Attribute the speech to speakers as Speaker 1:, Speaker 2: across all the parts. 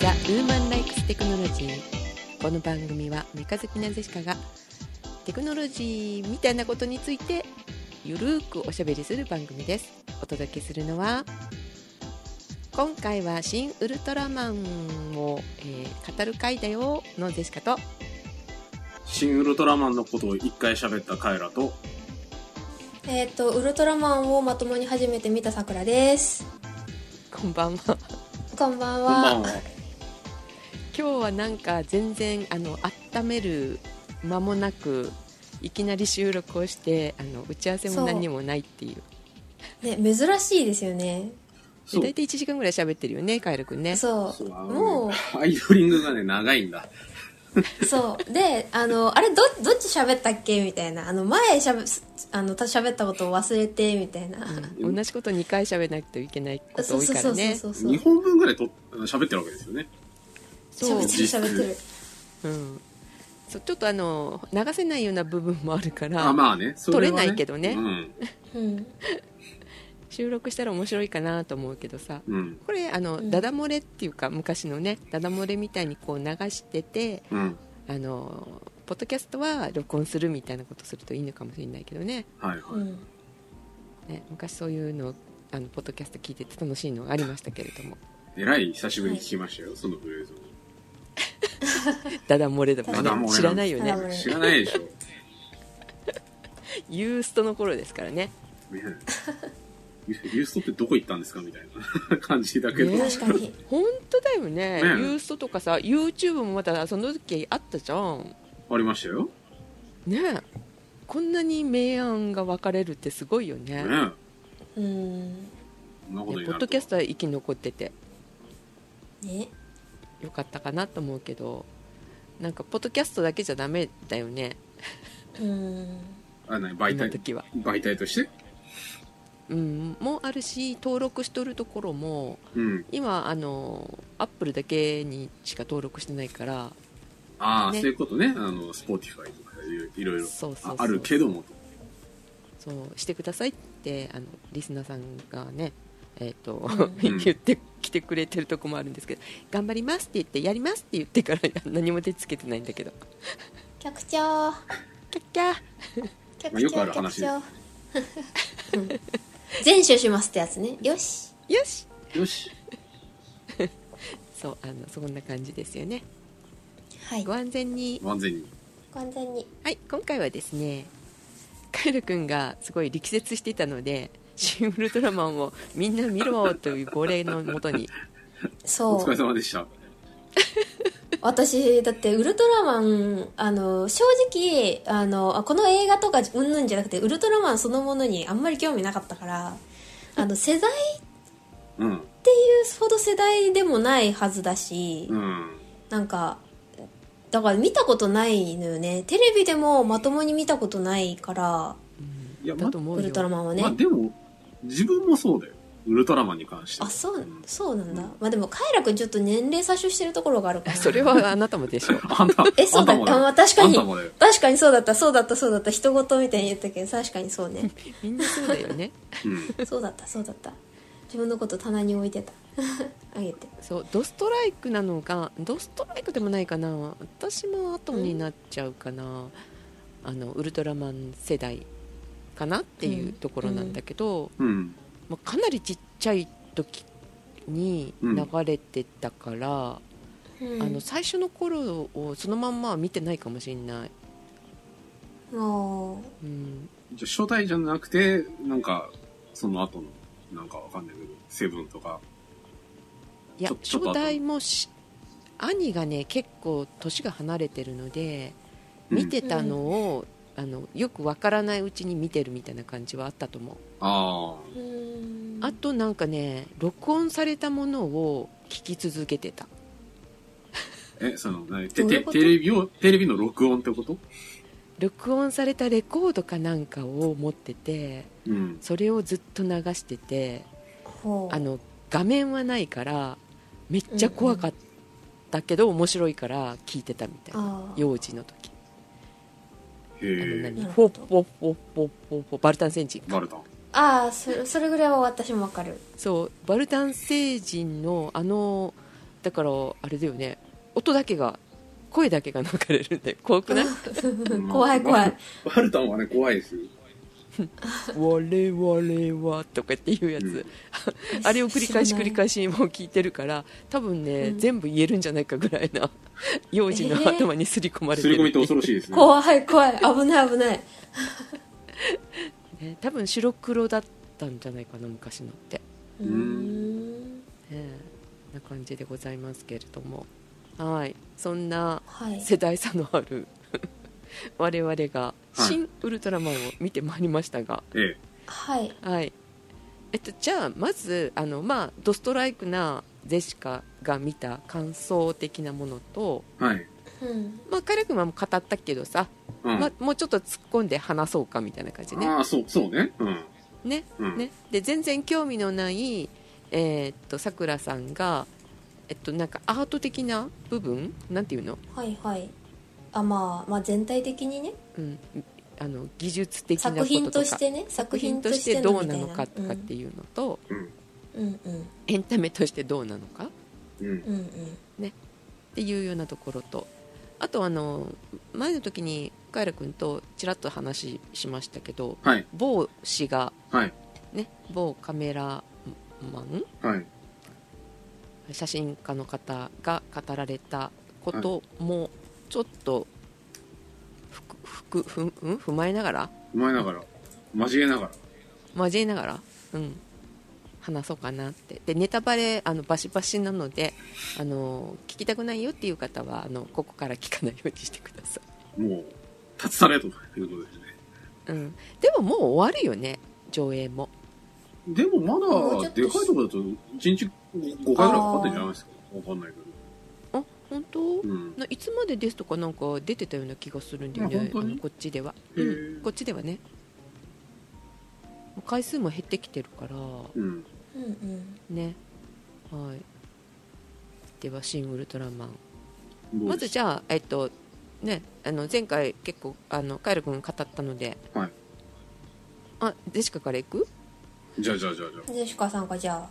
Speaker 1: ザ・ウーマン・ライクス・テクノロジーこの番組はメカ好きなゼシカがテクノロジーみたいなことについてゆるーくおしゃべりする番組ですお届けするのは今回は「新ウルトラマンを」えー語る回だよのゼシカと
Speaker 2: シン・ウルトラマンのことを一回喋ったカエラと、
Speaker 3: えっ、と、ウルトラマンをまともに初めて見たさくらです。
Speaker 1: こんばんは
Speaker 3: こんば
Speaker 2: こんば
Speaker 3: ん
Speaker 2: ん
Speaker 3: は。
Speaker 2: は。
Speaker 1: 今日はなんか全然あの温める間もなくいきなり収録をしてあの打ち合わせも何もないっていう
Speaker 3: ね、珍しいですよね。
Speaker 1: で
Speaker 2: そう
Speaker 1: 大。体1時間ぐらい喋ってるよねカエルくんね
Speaker 3: そ。
Speaker 2: そううあのね
Speaker 3: も
Speaker 2: アイドリングがね、長いんだ。
Speaker 3: う、そう。で、あの、あれ、ど、どっち喋ったっけみたいな。あの、前しゃべ、あの、た喋ったことを忘れて、みたいな。
Speaker 1: うん同じこと2回喋らなくてはいけないこと
Speaker 3: そう
Speaker 1: 多い
Speaker 3: そう
Speaker 1: か
Speaker 3: そ
Speaker 1: ら
Speaker 3: う
Speaker 1: ね
Speaker 3: そうそう。
Speaker 2: 2本分ぐらいと喋ってるわけですよね。
Speaker 1: そう
Speaker 3: 喋ってる喋ってる。
Speaker 1: うんそうちょっとあの流せないような部分もあるから
Speaker 2: あ、まあね。そ
Speaker 1: 取
Speaker 2: れはね
Speaker 1: れないけどね
Speaker 2: うん。
Speaker 3: うん。
Speaker 1: 収録したら面白いかなと思うけどさ
Speaker 2: うん。
Speaker 1: これあの、
Speaker 3: うん
Speaker 1: ダダ漏れっていうか昔のねダダ漏れみたいにこう流してて
Speaker 2: うん。
Speaker 1: あのポッドキャストは録音するみたいなことするといいのかもしれないけどね
Speaker 2: はいは
Speaker 3: う
Speaker 2: い。
Speaker 3: ん。
Speaker 1: ね昔そういうのあのポッドキャスト聞いてて楽しいのがありましたけれども
Speaker 2: えらい久しぶりに聞きましたよ、そのフレーズを。
Speaker 1: ダダ漏れと
Speaker 2: ダダ
Speaker 1: か
Speaker 2: 漏
Speaker 1: ね
Speaker 2: れ
Speaker 1: 知らないよ
Speaker 3: ダダ
Speaker 1: ね
Speaker 3: 漏れ
Speaker 2: 知らないでしょ。
Speaker 1: ユーストの頃ですからね
Speaker 2: ねユユーストってどこ行ったんですかみたいな 感じだけど。
Speaker 1: ね
Speaker 3: 確かに。
Speaker 1: 本当だよね
Speaker 2: ね
Speaker 1: ユーストとかさ YouTube もまたその時あったじゃん
Speaker 2: ありましたよ。
Speaker 1: ねえこんなに明暗が分かれるってすごいよね
Speaker 2: ね
Speaker 1: ね
Speaker 3: うん。
Speaker 2: そんな
Speaker 1: ポ
Speaker 2: ことにな
Speaker 1: ッ
Speaker 2: ると
Speaker 1: ドキャストは生き残ってて
Speaker 3: ね。
Speaker 1: よかったかなと思うけどなんかポッドキャストだけじゃダメだよね
Speaker 3: うん。
Speaker 2: あ、何媒
Speaker 1: 今
Speaker 2: 体
Speaker 1: 時は、
Speaker 2: 媒体として
Speaker 1: うん、もあるし登録しとるところも
Speaker 2: うん。
Speaker 1: 今あのアップルだけにしか登録してないから
Speaker 2: ああ、
Speaker 1: ね
Speaker 2: そういうことね。あの、スポーティファイとかいろいろいろ
Speaker 1: そうそうそ
Speaker 2: あ
Speaker 1: う
Speaker 2: あるけどもと。
Speaker 1: そうしてくださいってあのリスナーさんがね、えーと
Speaker 3: う
Speaker 2: ん
Speaker 1: 言ってきてくれてるとこもあるんですけど頑張りますって言ってやりますって言ってから何も手つけてないんだけど
Speaker 3: 客長。
Speaker 1: キャッキャー
Speaker 2: まあ
Speaker 3: 客
Speaker 2: よくあ
Speaker 3: 長、
Speaker 2: る
Speaker 3: 客
Speaker 2: 話
Speaker 3: 長。うん全集しますってやつね。よし。
Speaker 1: よし
Speaker 2: よし。
Speaker 1: そうあのそんな感じですよね
Speaker 3: はい
Speaker 1: ご。安全に
Speaker 2: 完全に。
Speaker 3: 完全に。
Speaker 1: はい今回はですねカエル君がすごい力説していたので「シン・ウルトラマン」をみんな見ろという号令のもとに
Speaker 3: そう。
Speaker 2: お疲れ様でした。
Speaker 3: 私だってウルトラマンあの正直あのあこの映画とかうんぬんじゃなくてウルトラマンそのものにあんまり興味なかったからあの世代って
Speaker 2: うん。
Speaker 3: いうほど世代でもないはずだし、
Speaker 2: うん。
Speaker 3: なんかだから見たことないのよねテレビでもまともに見たことないから
Speaker 2: いや、ま
Speaker 1: だと思
Speaker 3: ウ
Speaker 1: う
Speaker 3: ルトラ
Speaker 1: よ
Speaker 3: マンはね、
Speaker 2: まあでも、自分もそうだよ。ウルトラマンに関しては。
Speaker 3: あそう
Speaker 2: うん
Speaker 3: そうなんだ、まあでもカエラ君ちょっと年齢詐称してるところがあるから
Speaker 1: それはあなたもでしょう
Speaker 2: あんた、
Speaker 3: えそうだ
Speaker 2: あんたもだよ
Speaker 3: あまあ確かに
Speaker 2: あんたもだよ。
Speaker 3: 確かにそうだったそうだったそうだった人事みたいに言ったけど確かにそうね
Speaker 1: みんなそうだよね
Speaker 2: うん。
Speaker 3: そうだったそうだった自分のこと棚に置いてた あげて
Speaker 1: そうドストライクなのがドストライクでもないかな私も後になっちゃうかな、あのウルトラマン世代かなっていうところなんだけど、
Speaker 2: うん。
Speaker 1: まあ、かなりちっちゃい時に流れてたから、あの最初の頃をそのまんまは見てないかもしれない、
Speaker 3: の
Speaker 1: うん、
Speaker 2: じゃあ初代じゃなくて、なんか、その後の、なんかわかんないけど、セブンとか。
Speaker 1: いや
Speaker 2: ちょち
Speaker 1: 初
Speaker 2: ょっと後
Speaker 1: 代もし兄がね結構年が離れてるので
Speaker 2: うん
Speaker 1: 見てたのを、あのよくわからないうちに見てるみたいな感じはあったと思う
Speaker 2: ああ。
Speaker 3: うん
Speaker 1: あとなんかね録音されたものを聞き続けてた
Speaker 2: え、その、な
Speaker 3: ど
Speaker 2: て
Speaker 3: ういう
Speaker 2: て
Speaker 3: こと
Speaker 2: テレビを、テレビの録音ってこと
Speaker 1: 録音されたレコードかなんかを持ってて
Speaker 2: うん。
Speaker 1: それをずっと流してて
Speaker 3: ほう
Speaker 1: あの画面はないからめっちゃ怖かったけど面白いから聞いてたみたいな
Speaker 3: あー
Speaker 1: 幼児の時あ
Speaker 2: へ
Speaker 1: の
Speaker 2: え。
Speaker 1: 何
Speaker 3: なる
Speaker 1: フォ
Speaker 3: ほど
Speaker 1: ッフォッフォッフォッフォッフォバルタン星人
Speaker 2: バレた。
Speaker 3: あ ーそれそれぐらいは私もわかる
Speaker 1: そうバルタン星人のあのだからあれだよね音だけが声だけが流れるんで怖くない
Speaker 2: うん
Speaker 3: 怖い怖い。
Speaker 2: ワルタンはね、怖いですよ。
Speaker 1: 我々はとかっていうやつ、
Speaker 2: うん
Speaker 1: あれを繰り返し
Speaker 3: 知ら
Speaker 1: 繰
Speaker 3: ない
Speaker 1: り返しもう聞いてるから多分ね、
Speaker 3: うん
Speaker 1: 全部言えるんじゃないかぐらいな幼児の
Speaker 3: えー
Speaker 1: 頭にすり込まれて
Speaker 2: す
Speaker 1: る
Speaker 2: り込みって恐ろしいですね。
Speaker 3: 怖い怖い。危ない危ない。
Speaker 1: ね多分白黒だったんじゃないかな昔のって、
Speaker 3: う。
Speaker 2: うん
Speaker 1: ええな感じでございますけれどもはいそんな
Speaker 3: はい。
Speaker 1: 世代差のある 我々が「新ウルトラマン」を見てまいりましたが、
Speaker 2: ええ。
Speaker 3: はい。
Speaker 1: はいえっと、じゃあまずあの、まあ、ドストライクなゼシカが見た感想的なものと、
Speaker 2: はい。
Speaker 3: うん。
Speaker 1: まあ、カラクマも語ったけどさ、
Speaker 2: うん。
Speaker 1: まあ、もうちょっと突っ込んで話そうかみたいな感じね
Speaker 2: ああ、そう、そうね。うん。
Speaker 1: ね
Speaker 2: うん。
Speaker 1: ね、で全然興味のない、えーっとさくらさんが、えっと、なんかアート的な部分なんていうの,、
Speaker 3: はいはい。あ、まあ、まあ全体的にね、
Speaker 1: うん、あの技術的なことと
Speaker 3: 作
Speaker 1: か
Speaker 3: 品としてね、作
Speaker 1: 作
Speaker 3: 品
Speaker 1: 品
Speaker 3: と
Speaker 1: と
Speaker 3: し
Speaker 1: してて
Speaker 3: の
Speaker 1: どう
Speaker 3: みた
Speaker 1: ないのかとかっていうのと、
Speaker 2: うん。
Speaker 3: うんうん
Speaker 1: エンタメとしてどうなのかっ
Speaker 2: うん。
Speaker 3: うんうん。
Speaker 1: ていうようなところとあとあの前の時にカエラ君とちらっと話しましたけど
Speaker 2: はい。
Speaker 1: 某氏が、
Speaker 2: はい。
Speaker 1: ね、某カメラマン
Speaker 2: はい。
Speaker 1: 写真家の方が語られたこともちょっとふくふくふんうん踏まえながら
Speaker 2: 踏まえながら、交えながら。
Speaker 1: 交えながら、うん、話そうかなってでネタバレあのバシバシなのであの聞きたくないよっていう方はあのここから聞かないようにしてくださ
Speaker 2: もう、立ち去れということですね。
Speaker 1: い、うん、でももう終わるよね上映も
Speaker 2: でもま
Speaker 3: もうちょ
Speaker 2: だ、
Speaker 3: っと
Speaker 2: でかいとこだと、1日5回ぐらいかかってんじゃないですか。わかんないけ
Speaker 1: あ本当、
Speaker 2: ど。うん。
Speaker 1: ないつまでですとかなんか出てたような気がするんだよ
Speaker 2: あ
Speaker 1: ね
Speaker 2: 本当に
Speaker 1: あのこっちでは、
Speaker 2: へえ
Speaker 1: うん、こっちではねもう回数も減ってきてるから
Speaker 2: うん。
Speaker 3: うんうん。
Speaker 1: ねはいでは「シン・ウルトラマン」
Speaker 2: どう
Speaker 1: ま
Speaker 2: で
Speaker 1: ず
Speaker 2: す
Speaker 1: じゃあえっとねあの前回結構あのカエル君語ったので、
Speaker 2: はい
Speaker 1: あジェシカからいく
Speaker 2: じゃあじゃあじゃあじゃ
Speaker 3: ジェシカさんがじゃあ、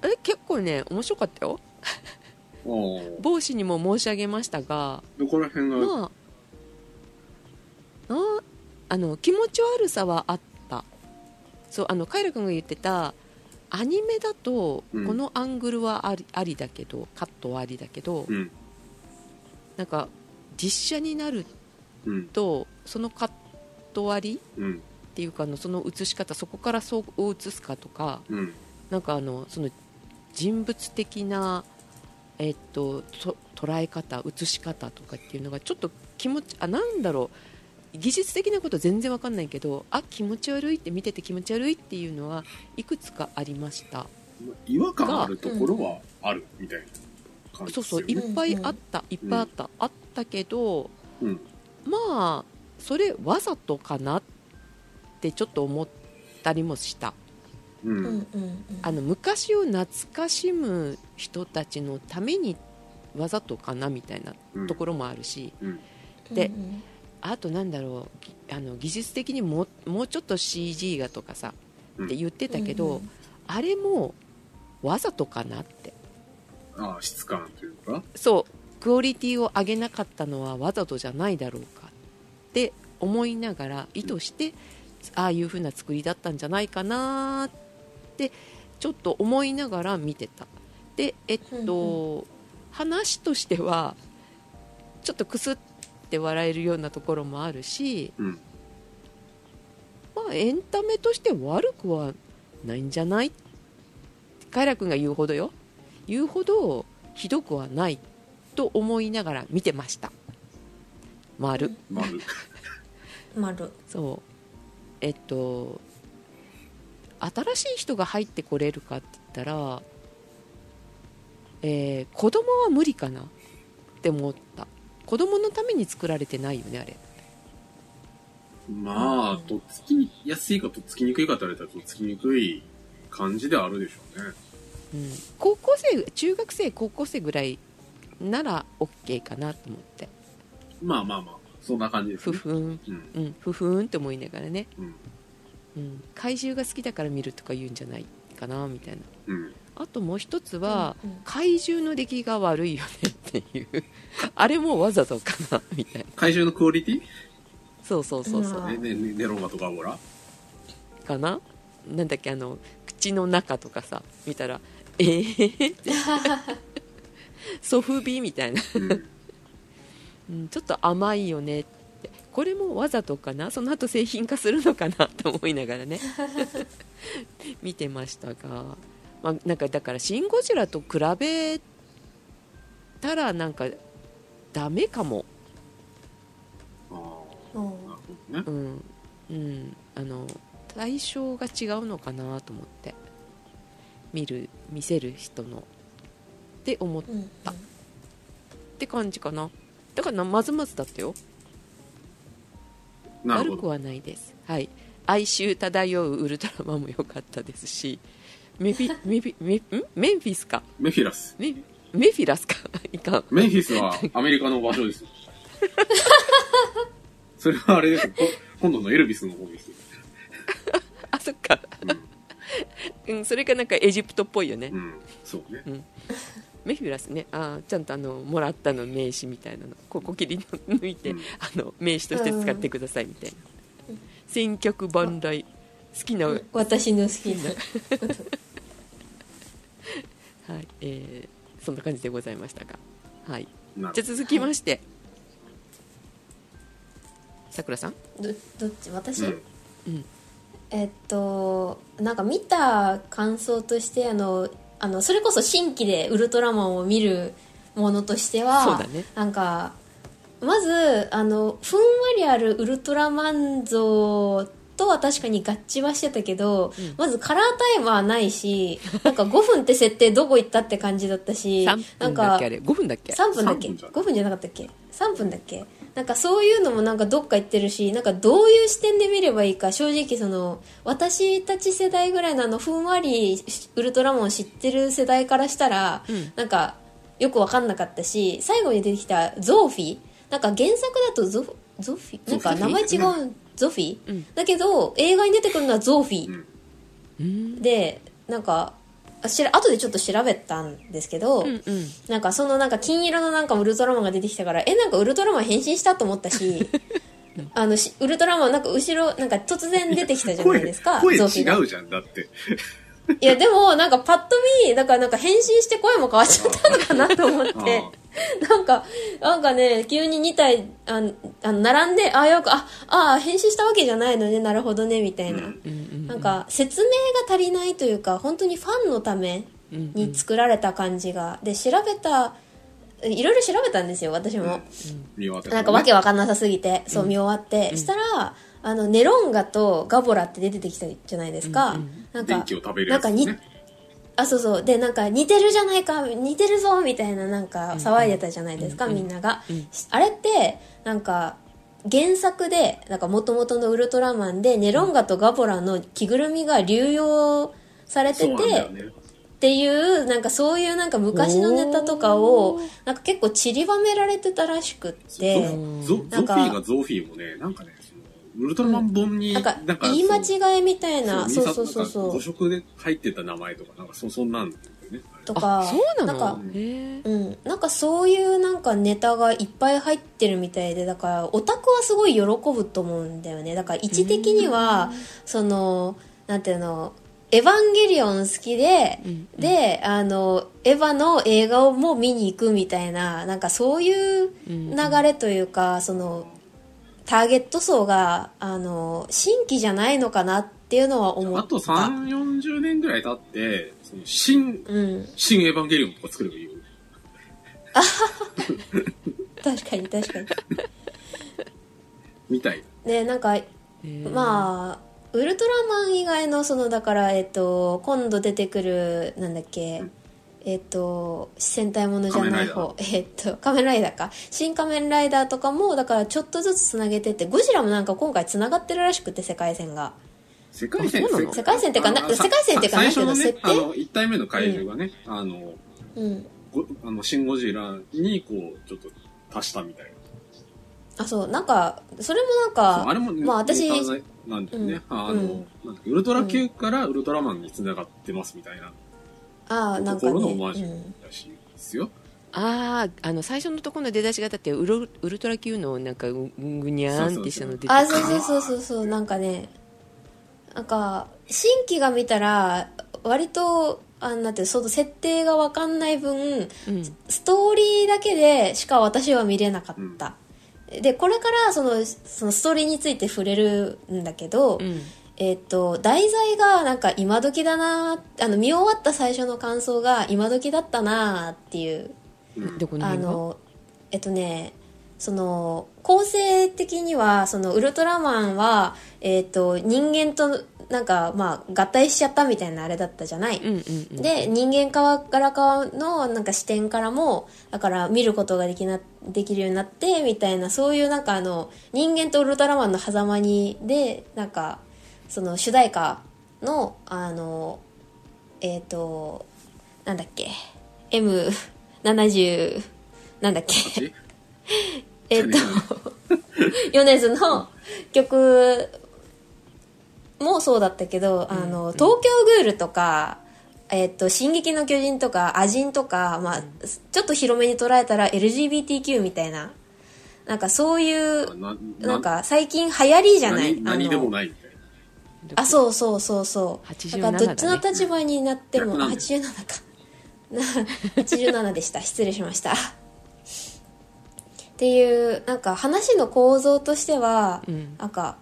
Speaker 1: あれ結構ね面白かったよ
Speaker 2: あ。ああ。
Speaker 1: 帽子にも申し上げましたが
Speaker 2: どこら辺が、
Speaker 1: まあああの気持ち悪さはあったそうあのカイラ君が言ってたアニメだと
Speaker 2: うん
Speaker 1: このアングルはあり,、ありだけどカットはありだけど、
Speaker 2: うん。
Speaker 1: なんか実写になる
Speaker 2: うん。
Speaker 1: とそのカット割り
Speaker 2: うん。
Speaker 1: っていうかあのその映し方そこからそうを映すかとか
Speaker 2: うん。
Speaker 1: なんかあのその人物的な、えっとと捉え方、映し方とかっていうのがちょっと気持ちあなんだろう技術的なこと全然わかんないけどあ気持ち悪いって見てて気持ち悪いっていうのはいくつかありました
Speaker 2: 違和感あるところはある、みたいな感じ
Speaker 1: そう
Speaker 2: です
Speaker 1: そ
Speaker 2: よ
Speaker 1: う
Speaker 2: ね。
Speaker 1: いっぱいあった、いっぱいあった、あったけど
Speaker 2: うん。
Speaker 1: まあそれわざとかなってちょっと思ったりもした。
Speaker 2: う。
Speaker 3: うんうんんうん。
Speaker 1: あの昔を懐かしむ人たちのためにわざとかなみたいな
Speaker 2: うん。
Speaker 1: ところもあるし、
Speaker 2: うん。
Speaker 1: で
Speaker 3: うんうん
Speaker 1: あとなんだろうぎあの技術的にももうちょっと CG がとかさ
Speaker 2: うん
Speaker 1: って言ってたけど、
Speaker 3: うんうん
Speaker 1: あれもわざとかなって
Speaker 2: ああ、質感というか。
Speaker 1: そうクオリティを上げなかったのはわざとじゃないだろうかって思いながら意図してああいう風な作りだったんじゃないかなーってちょっと思いながら見てたでえっと、話としてはちょっとくすって笑えるようなところもあるし、
Speaker 2: うん。
Speaker 1: まあ、エンタメとして悪くはないんじゃないカイラ君が言うほどよ言うほどひどくはないと思いながら見てました丸、
Speaker 3: うん
Speaker 2: 丸。
Speaker 3: 丸。
Speaker 1: そうえっと新しい人が入ってこれるかって言ったら、えー、子供は無理かなって思った子供のために作られてないよねあれ
Speaker 2: まあ、とっつきやすいかとっつきにくいかと言われたらとっつきにくい感じではあるでしょうね。
Speaker 1: うん高校生中学生高校生ぐらいなら OK かなと思って
Speaker 2: まあまあまあ、そんな感じです
Speaker 1: ふ
Speaker 2: ね。
Speaker 1: ふん
Speaker 2: うん。
Speaker 1: うんふふんって思いながらね、
Speaker 2: うん。
Speaker 1: うん、怪獣が好きだから見るとか言うんじゃないかなみたいな
Speaker 2: うん。
Speaker 1: あともう一つは、
Speaker 3: うんうん
Speaker 1: 怪獣の出来が悪いよねっていう あれもわざとかなみたいな
Speaker 2: 怪獣のクオリティ
Speaker 1: そうそうそうそううん
Speaker 2: えね、ね、ネローマとかオー ラ
Speaker 1: かななんだっけあの口の中とかさ見たらえー、って ソフビみたいな、
Speaker 2: うん。
Speaker 1: うん、ちょっと甘いよねってこれもわざとかなその後製品化するのかなと思いながらね 見てましたが、まあ、なんかだから「シン・ゴジラ」と比べたらなんかダメかも
Speaker 2: ああ、
Speaker 3: うん
Speaker 2: なるほどね
Speaker 1: う。ん、うん、あの対象が違うのかなと思って見る見せる人のって思っ
Speaker 3: うん
Speaker 1: て感じかなだからなまずまずだったよ
Speaker 2: な
Speaker 1: 悪
Speaker 2: るほ
Speaker 1: く
Speaker 2: ど。
Speaker 1: はないですはい哀愁漂うウルトラマンも良かったですしメ フィメフィメんメンフィスか
Speaker 2: メフィラス。
Speaker 1: メメフィラスか いかん
Speaker 2: メンフィスは アメリカの場所ですよ。それはあれですよ。こ今度のエルビスの方ですよ。
Speaker 1: あそっか、うん、それがなんかエジプトっぽいよね、
Speaker 2: うん。そうね。
Speaker 1: メフィラスねあーちゃんとあのもらったの名刺みたいなのここ切り抜いて、
Speaker 2: うん
Speaker 1: あの名刺として使ってくださいみたいな、選曲万来好きな、
Speaker 3: うん私の好きな
Speaker 1: はいえーそんな感じでございましたが、はい、
Speaker 2: な
Speaker 1: じゃ
Speaker 2: る
Speaker 1: あ続きましてさくらさん
Speaker 3: どどっち私、
Speaker 2: ほど。うん。
Speaker 3: えっとなんか見た感想としてあのあのそれこそ新規でウルトラマンを見るものとしては
Speaker 1: そうだね
Speaker 3: なんかまずあのふんわりあるウルトラマン像とは確かに合致はしてたけど、
Speaker 1: うん
Speaker 3: まずカラータイムはないしなんか5分って設定どこ行ったって感じだった
Speaker 1: 3
Speaker 3: しなん
Speaker 1: 分だ
Speaker 3: か
Speaker 1: っけあれ5分だっけ
Speaker 3: 3分だっけ
Speaker 2: 3分じゃん
Speaker 3: ?5 分じゃなかったっけ ?3 分だっけなんかそういうのもなんかどっか行ってるし、なんかどういう視点で見ればいいか、正直その、私たち世代ぐらいのあの、ふんわりウルトラマンを知ってる世代からしたら、
Speaker 1: うん
Speaker 3: なんかよくわかんなかったし、最後に出てきたゾーフィーなんか原作だとゾフ、ゾフィーなんか名前違
Speaker 2: ゾフ
Speaker 3: う、ゾフィー、
Speaker 1: うん
Speaker 3: だけど、映画に出てくるのはゾーフィー。
Speaker 2: うん。
Speaker 1: うん
Speaker 3: で、なんか、あしら後でちょっと調べたんですけど、
Speaker 1: うんうん
Speaker 3: なんかそのなんか金色のなんかウルトラマンが出てきたからえなんかウルトラマン変身したと思っ たしあのしウルトラマンなんか後ろなんか突然出てきたじゃない
Speaker 2: 声
Speaker 3: ですか、
Speaker 2: 声
Speaker 3: ゾフィーが
Speaker 2: 違うじゃん。だって。
Speaker 3: いやでもなんかパッと見だからなんか変身して声も変わっちゃったのかなと思っ
Speaker 2: あ
Speaker 3: てなんかなんかね急に2体あのあの並んであよくああ変身したわけじゃないのねなるほどねみたいな、
Speaker 2: うん
Speaker 1: うんうん
Speaker 3: なんか説明が足りないというか本当にファンのため
Speaker 1: うんうん
Speaker 3: に作られた感じがで調べたいろいろ調べたんですよ私も、
Speaker 2: 見渡
Speaker 3: なんかわけ
Speaker 2: は。
Speaker 3: わかんなさすぎてそう見終わって、したらあのネロンガとガボラって出てきたじゃないですか、
Speaker 1: うんう
Speaker 3: なんか
Speaker 2: 電気を食べるやつです
Speaker 3: な
Speaker 2: ね
Speaker 3: んか。あそうそうでなんか似てるじゃないか似てるぞみたいななんか騒いでたじゃないですか、みんなが、
Speaker 1: うん
Speaker 3: しあれってなんか原作でなんか元々のウルトラマンでネロンガとガボラの着ぐるみが流用されてて、
Speaker 2: そうなんだよね。
Speaker 3: っていうなんかそういうなんか昔のネタとか
Speaker 1: お
Speaker 3: を
Speaker 1: ー
Speaker 3: なんか結構散りばめられてたらしくっ
Speaker 2: ゾ
Speaker 3: て
Speaker 2: ゾゾフ
Speaker 3: なん
Speaker 2: ィ
Speaker 3: か
Speaker 2: ーがゾフィーもね、なんかね、そのウルトラマン本に、
Speaker 3: なんか
Speaker 2: なんか
Speaker 3: 言い間違いみたいな
Speaker 2: そう
Speaker 3: そうそうそう
Speaker 2: なんか
Speaker 3: そ
Speaker 2: 誤植
Speaker 3: う
Speaker 2: で入ってた名前とか、なんかそ、そんなんだよね。
Speaker 3: と
Speaker 1: あ
Speaker 3: か
Speaker 1: そうなの
Speaker 3: なんか
Speaker 1: へー
Speaker 3: うん、なんかそういうなんかネタがいっぱい入ってるみたいでだからオタクはすごい喜ぶと思うんだよねだから位置的にはそのなんていうの「エヴァンゲリオン」好きで、
Speaker 1: うん
Speaker 3: であのエヴァの映画をもう見に行くみたいななんかそういう流れというか、そのターゲット層があの新規じゃないのかなっていうのは思った
Speaker 2: あと3、40年ぐらい経って、その新、
Speaker 3: うん、
Speaker 2: 新エヴァンゲリオンとか作ればいいよ。
Speaker 3: 確かに確かに
Speaker 2: みたい。
Speaker 3: でなんかまあウルトラマン以外のそのだから、えっと、今度出てくるなんだっけ、
Speaker 2: うん
Speaker 3: えっと戦隊ものじゃない方
Speaker 2: 仮面
Speaker 3: えっと仮面ライダーか新仮面ライダーとかもだからちょっとずつつなげてってゴジラもなんか今回つながってるらしくて世界線が
Speaker 2: 世界線
Speaker 1: あそうなの
Speaker 3: 世界線っていうかな
Speaker 2: あのさ
Speaker 3: 世界線っていうか
Speaker 2: さ
Speaker 3: なんてい
Speaker 2: 最
Speaker 3: うの
Speaker 2: 初のね、
Speaker 3: 設定
Speaker 2: あの、1体目の怪獣がね、あの、
Speaker 3: うん
Speaker 2: ごあの、シンゴジラにこう、ちょっと足したみたいな。
Speaker 3: あ、そう、なんか、それもなん
Speaker 2: そうあれ
Speaker 3: か、
Speaker 2: もね、
Speaker 3: まあ私
Speaker 2: メーカーなんだよね。あの、
Speaker 3: うん
Speaker 2: なんだっけウルトラ Q からウルトラマンに繋がってますみたいな
Speaker 3: ああ、な
Speaker 2: と
Speaker 3: ん
Speaker 2: ころ
Speaker 3: か
Speaker 2: の
Speaker 3: ね、
Speaker 2: オマージ
Speaker 3: う
Speaker 2: ュ
Speaker 3: ん
Speaker 2: らしいですよ。
Speaker 1: あああの最初のところの出だしがだってウロウルトラ Q のなんかうぐにゃーんってしたの出て
Speaker 3: あ、
Speaker 1: く
Speaker 3: そう
Speaker 1: る
Speaker 3: そうそうそうそう、なんかね、なんか、新規が見たら、割と、あなんていうのその設定がわかんない分、
Speaker 1: うん
Speaker 3: ストーリーだけでしか私は見れなかった。で、これからその、そのストーリーについて触れるんだけど、
Speaker 1: うん
Speaker 3: えっと、題材がなんか今時だなあの、見終わった最初の感想が今時だったなっていう
Speaker 2: うん
Speaker 1: どこの
Speaker 3: あ
Speaker 1: 辺が
Speaker 3: のえっとねその構成的にはそのウルトラマンは、えっと人間となんか、まあ、合体しちゃったみたいなあれだったじゃない、
Speaker 1: うんうんうん
Speaker 3: で人間側から側のなんか視点からもだから見ることができなできるようになってみたいなそういうなんかあの人間とウルトラマンの狭間にでなんかその主題歌のあのえっ、となんだっけ M70 なんだっけ
Speaker 2: え
Speaker 3: え っと米津の曲もそうだったけど、あの、東京グールとか、えっと、進撃の巨人とか、アジンとか、まあ、ちょっと広めに捉えたら LGBTQ みたいな、なんかそういう、
Speaker 2: な
Speaker 3: なんか最近流行りじゃない
Speaker 2: 何何でも
Speaker 3: い。
Speaker 2: ないみたいな。
Speaker 3: あ、そうそうそうそう。
Speaker 1: 87
Speaker 3: なんかどっちの立場になっても、
Speaker 2: だね
Speaker 3: 87か。 な87でした。失礼しました。っていう、なんか話の構造としては、
Speaker 1: うん
Speaker 3: なんか、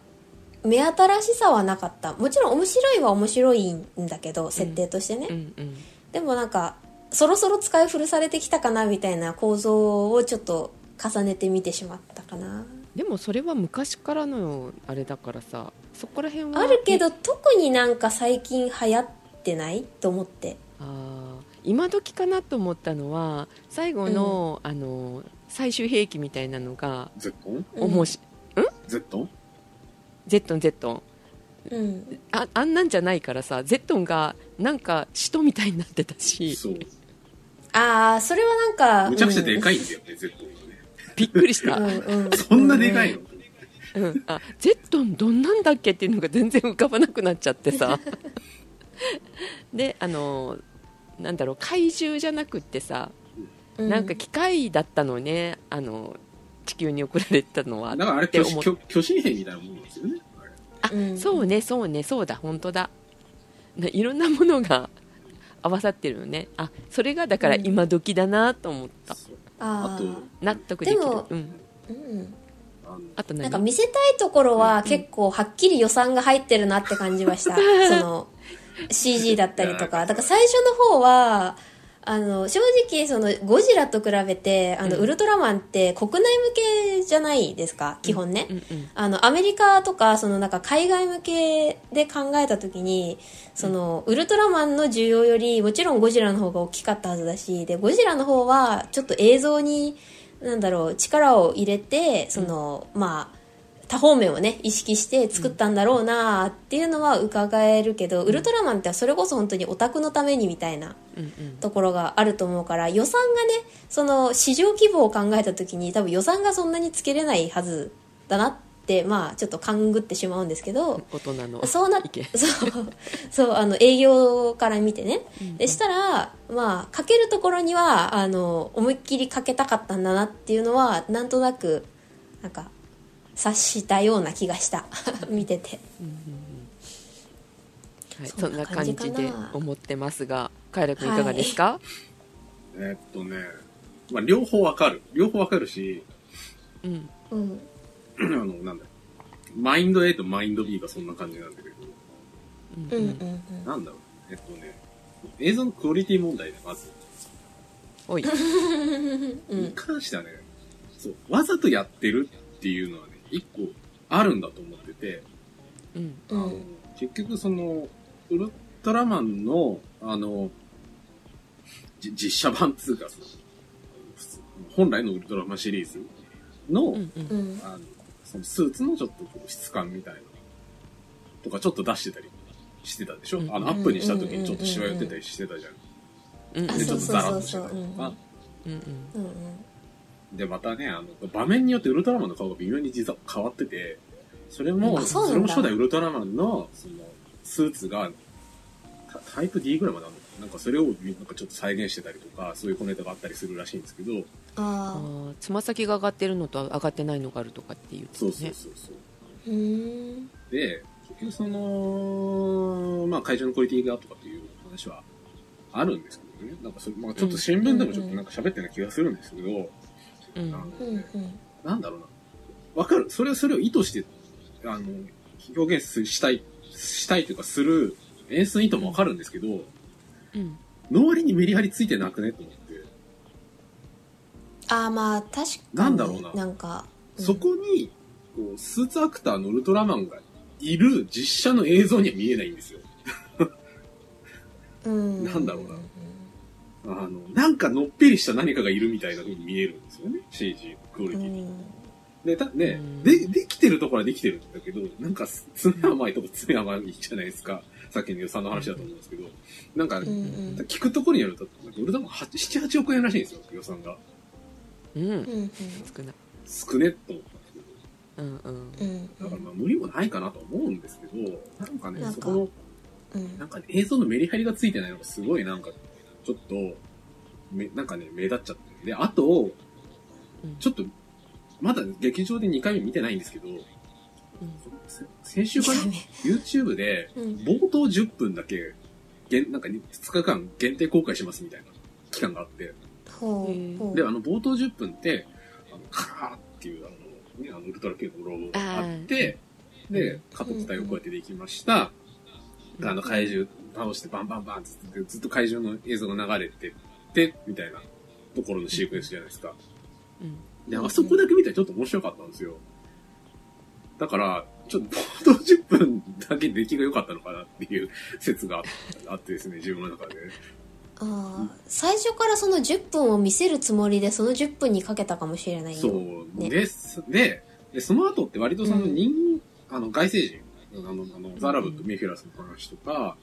Speaker 3: 目新しさはなかった。もちろん面白いは面白いんだけど、設定としてね。
Speaker 1: うんうん
Speaker 3: でもなんか、そろそろ使い古されてきたかなみたいな構造をちょっと重ねて見てしまったかな。
Speaker 1: でもそれは昔からのあれだからさそこら辺は
Speaker 3: あるけど、特になんか最近流行ってないと思って。
Speaker 1: あー今時かなと思ったのは最後の,、あの最終兵器みたいなのが、
Speaker 2: ゼットン
Speaker 3: うん
Speaker 1: おもし
Speaker 2: ゼットン
Speaker 1: ゼットンゼットン
Speaker 3: うん。
Speaker 1: ああんなんじゃないからさゼットンがなんか使徒みたいになってたし
Speaker 2: そう。
Speaker 3: ああ、それはなんか。
Speaker 2: むちゃくちゃでかいんだよね、ゼットンがね。
Speaker 1: びっくりし
Speaker 3: う
Speaker 1: た、
Speaker 3: んうんうん、
Speaker 2: そんなでかいの
Speaker 1: うん、あゼットンどんなんだっけっていうのが全然浮かばなくなっちゃってさであのなんだろう怪獣じゃなくってさ
Speaker 3: う
Speaker 1: なんか機械だったのねあの地球に送られたのは
Speaker 2: だからあれ、
Speaker 1: って
Speaker 2: 巨
Speaker 1: 思っ
Speaker 2: 巨巨神兵みたいなもんなんですよね。あれ
Speaker 1: あ、
Speaker 3: うん
Speaker 1: そうねそうねそうだ本当だないろんなものが 合わさってるよねあそれがだから
Speaker 3: うん
Speaker 1: 今時だなと思った、
Speaker 2: そう
Speaker 3: あ
Speaker 2: あ
Speaker 3: ー
Speaker 2: と、
Speaker 1: 納得できる
Speaker 3: でも
Speaker 1: うん、
Speaker 3: うん、
Speaker 2: あの
Speaker 1: あと
Speaker 3: な
Speaker 1: 何
Speaker 3: んか見せたいところは結構はっきり予算が入ってるなって感じ ましたその CG だったりとかだから最初の方はあの正直そのゴジラと比べてあの、
Speaker 1: うん
Speaker 3: ウルトラマンって国内向けじゃないですか基本ね、
Speaker 1: うんうん
Speaker 3: あの、アメリカとか、そのなんか海外向けで考えたときに、その、ウルトラマンの需要より、もちろんゴジラの方が大きかったはずだし、で、ゴジラの方は、ちょっと映像に、なんだろう、力を入れて、その、まあ、多方面をね、意識して作ったんだろうなっていうのは伺えるけど、ウルトラマンってそれこそ本当にオタクのためにみたいな。
Speaker 1: うんうん
Speaker 3: ところがあると思うから予算がねその市場規模を考えた時に多分予算がそんなにつけれないはずだなってまあちょっと勘ぐってしまうんですけど
Speaker 1: 大人の
Speaker 3: そうな
Speaker 1: 意見
Speaker 3: そうそうあの営業から見てねでしたらまあかけるところにはあの思いっきりかけたかったんだなっていうのはなんとなくなんか察したような気がした 見てて
Speaker 1: はい、そ
Speaker 3: そ
Speaker 1: ん
Speaker 3: ん
Speaker 1: な
Speaker 3: な
Speaker 1: 感
Speaker 3: 感
Speaker 1: じ
Speaker 3: じ
Speaker 1: で
Speaker 3: かな
Speaker 1: 思ってますがカイラ君いかがですか、
Speaker 2: えーっとね、まあ、両方わかる。両方わかるし、
Speaker 1: うん
Speaker 3: うん
Speaker 2: あの、なんだマインド A とマインド B がそんな感じなんだけど、
Speaker 1: うん
Speaker 3: う
Speaker 1: うん
Speaker 3: うん
Speaker 1: ん
Speaker 3: うん
Speaker 2: なんだろう。えっとね、映像のクオリティ問題で、まず。
Speaker 1: おい
Speaker 3: うん
Speaker 2: に関してはね、そう、わざとやってるっていうのはね、一個あるんだと思ってて、
Speaker 1: うん
Speaker 2: あの
Speaker 3: うん
Speaker 2: 結局その、ウルトラマンの、あの、じ実写版っつうかさ、普通本来のウルトラマンシリーズの、
Speaker 1: うんうん
Speaker 3: うん
Speaker 2: あの、そのスーツのちょっとこう質感みたいな、とかちょっと出してたりしてたでしょ、
Speaker 1: うん
Speaker 2: あの、アップにした時にちょっとシワ寄ってたりしてたじゃん。
Speaker 1: うん
Speaker 3: あ
Speaker 2: で、ち
Speaker 3: そ
Speaker 2: ょ
Speaker 3: う
Speaker 2: っと
Speaker 3: そ
Speaker 2: ザ
Speaker 3: う
Speaker 2: ラッとしてたりとか、
Speaker 1: うんうん
Speaker 3: うんうん
Speaker 2: で、またね、あの、場面によってウルトラマンの顔が微妙に実は変わってて、それも、
Speaker 3: あそうなんだ
Speaker 2: れも初代ウルトラマンの、その、スーツが、タタイプ D ぐらいまであるのかななんかそれを、なんかちょっと再現してたりとか、そういう小ネタがあったりするらしいんですけど、
Speaker 1: あ
Speaker 3: ああ
Speaker 1: ーつま先が上がってるのと上がってないのがあるとかっていう、ね、
Speaker 2: そうそうそうそう。
Speaker 3: うーん
Speaker 2: で、結局その、まあ会場のクオリティがとかっていう話はあるんですけどね。なんかそれ、まあちょっと新聞でもちょっとなんか喋ってる気がするんですけど、
Speaker 1: うん
Speaker 2: あの
Speaker 3: うんうん
Speaker 2: なんだろうな。わかる。それはそれを意図して、あの、表現すしたい、したいというかする演出の意図もわかるんですけど、
Speaker 1: うん
Speaker 2: の割にメリハリついてなくねと思って。
Speaker 3: ああまあ確かに
Speaker 2: なんだろうな
Speaker 3: なんか、うん
Speaker 2: そこに、こう、スーツアクターのウルトラマンがいる実写の映像には見えないんですよ。
Speaker 3: うん
Speaker 2: なんだろうなあの、なんかのっぺりした何かがいるみたいな風に見えるんですよね。CG、クオリ
Speaker 3: う
Speaker 2: ティ。
Speaker 3: ん
Speaker 2: で、た、
Speaker 1: う
Speaker 2: ね
Speaker 1: ん、
Speaker 2: で、できてるところはできてるんだけど、なんか、爪甘いとこ爪甘いじゃないですか。さっきの予算の話だと思うんですけど、なんか、
Speaker 3: うんうん
Speaker 2: 聞くところによると、なんかウルトラマン8 7、8億円らしいんですよ、予算が。
Speaker 1: うん
Speaker 3: うんうん
Speaker 1: 少ない
Speaker 2: 少ねっと思ったんですけ
Speaker 1: う
Speaker 2: ど。
Speaker 1: んうん
Speaker 3: うん
Speaker 2: だからまあ無理もないかなと思うんですけど、なんかね、
Speaker 3: なん
Speaker 2: そ
Speaker 3: か
Speaker 2: この、
Speaker 3: うん
Speaker 2: なんかね、映像のメリハリがついてないのがすごいなんか、ちょっと、め、なんかね、目立っちゃって。で、あと、
Speaker 1: うん
Speaker 2: ちょっと、まだ劇場で2回目見てないんですけど、せ先週かな YouTube で、
Speaker 3: うん
Speaker 2: 冒頭10分だけ、限なんか2日間限定公開しますみたいな期間があって、
Speaker 3: ほ
Speaker 1: う
Speaker 3: うんほう
Speaker 2: で、あの、冒頭10分って、あの、カラーっていう、あの、ね、あの、ウルトラ系のロゴがあって、
Speaker 1: ーう
Speaker 2: で
Speaker 1: ん、
Speaker 2: 加藤隊をこうやってできました。
Speaker 1: うん
Speaker 2: あの、怪獣倒してバンバンバンってずっとずっと怪獣の映像が流れてって、みたいなところのシークエンスじゃないですか。
Speaker 1: うん
Speaker 2: で、あそこだけ見たらちょっと面白かったんですよ。だから、ちょっと冒頭10分だけ出来が良かったのかなっていう説があってですね、 自分の中で。
Speaker 3: ああ最初からその10分を見せるつもりでその10分にかけたかもしれないよ
Speaker 2: そう。
Speaker 3: ね
Speaker 2: です。で、でその後って割とその
Speaker 3: うん
Speaker 2: 人、あの、外星人、あの、あのザラブとメフィラスの話とか、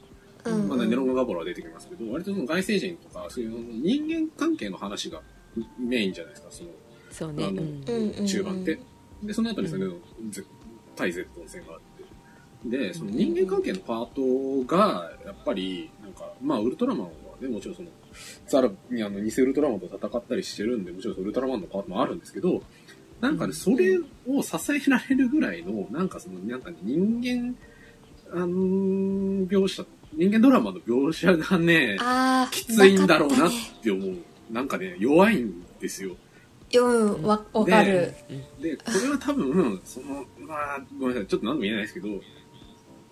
Speaker 3: うんうん
Speaker 2: まあ、ネロンガボラは出てきますけど、割とその外星人とか、そういう人間関係の話がメインじゃないですか、その、
Speaker 1: そうね
Speaker 2: あの
Speaker 1: うん
Speaker 3: うんうんうん
Speaker 2: 中盤って。で、その後にその、ぜ対 Z の線があって。で、その人間関係のパートが、やっぱり、なんか、まあ、ウルトラマンはね、もちろんその、ザラにあの、偽ウルトラマンと戦ったりしてるんで、もちろんそのウルトラマンのパートもあるんですけど、なんか
Speaker 1: うん
Speaker 2: ね、それを支えられるぐらいの、なんかその、なんかね人間、あのー描写、人間ドラマの描写がね、
Speaker 3: ああ
Speaker 2: きついんだろう
Speaker 3: か
Speaker 2: な
Speaker 3: っ
Speaker 2: った
Speaker 3: ね
Speaker 2: て思う。なんかね、弱いんですよ。
Speaker 3: うんわわかる
Speaker 2: でで、これは多分、その、まあ、ごめんなさい、ちょっと何も言えないですけど、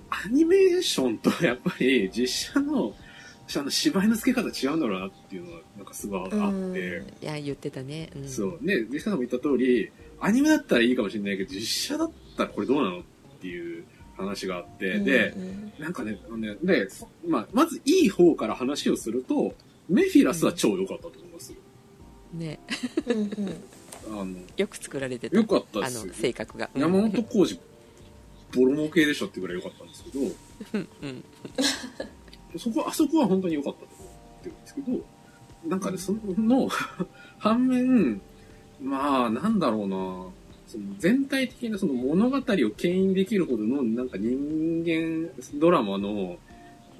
Speaker 2: アニメーションとやっぱり実写の、あの芝居の付け方違うんだろうなっていうのは、なんかすごいあって、
Speaker 3: うん
Speaker 1: いや言ってたねうん
Speaker 2: そう。ね、西川さんも言った通り、アニメだったらいいかもしれないけど、実写だったらこれどうなのっていう話があって、で、
Speaker 3: うん
Speaker 2: なんかね、あのねで、そまあ、まずいい方から話をすると、メフィラスは超良かったと思いますよ。
Speaker 1: ね
Speaker 3: うんうん
Speaker 2: あの、
Speaker 1: よく作られてた
Speaker 2: 良かったで
Speaker 1: あ
Speaker 2: す
Speaker 1: の
Speaker 2: よ。
Speaker 1: 性格がうん
Speaker 2: 山本浩二ボロ儲けでしょってぐらい良かったんですけど
Speaker 1: うん
Speaker 2: そこあそこは本当に良かったと思ってるんですけどなんかねその 反面まあなんだろうなその全体的なその物語を牽引できるほどのなんか人間ドラマの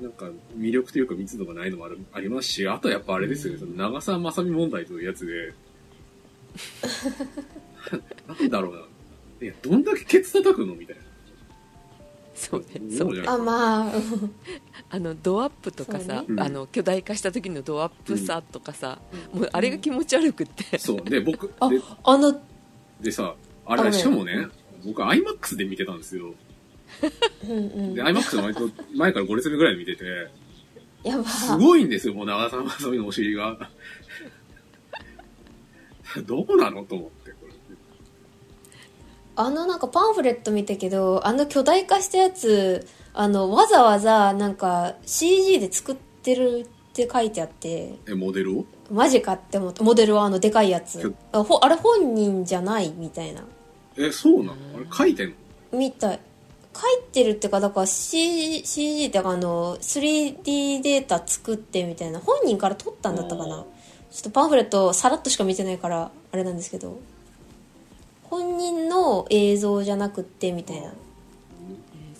Speaker 2: なんか魅力というか密度がないのもあるありますしあとやっぱあれですよねその長澤まさみ問題というやつでなんだろうないやどんだけケツ叩くのみたいな
Speaker 1: そう
Speaker 2: 思う
Speaker 1: ね
Speaker 2: じゃ
Speaker 1: そう
Speaker 2: ないですか
Speaker 3: あまあ
Speaker 1: あのドアップとか
Speaker 3: そう
Speaker 1: さ、
Speaker 2: ね
Speaker 1: あの巨大化した時のドアップさとかさ、
Speaker 2: う
Speaker 1: もうあれが気持ち悪くって、
Speaker 2: そう。で、僕、
Speaker 3: あ
Speaker 2: で
Speaker 3: あの
Speaker 2: でさ、あ
Speaker 3: あ
Speaker 2: れ、
Speaker 3: の
Speaker 2: しかもね、僕 IMAX で見てたんですよ。
Speaker 3: うんうん
Speaker 2: で、IMAX の割 と前から5列目ぐらいで見てて、
Speaker 3: やば
Speaker 2: すごいんですよ、もう長澤まさみのお尻が。 どうなのと思って、これ。
Speaker 3: あのなんかパンフレット見たけどあの巨大化したやつあのわざわざなんか CG で作ってるって書いてあって
Speaker 2: え、モデルを
Speaker 3: マジかって思ったモデルはあのでかいや
Speaker 2: ひょ
Speaker 3: つあほあれ本人じゃないみたいな
Speaker 2: え、そうなのあれ書いてんの
Speaker 3: みたい書いてるってかだから C- CG ってかあの 3D データ作ってみたいな本人から撮ったんだったか
Speaker 2: あ
Speaker 3: なちょっとパンフレットをさらっとしか見てないから、あれなんですけど、本人の映像じゃなくって、みたいな。
Speaker 1: えー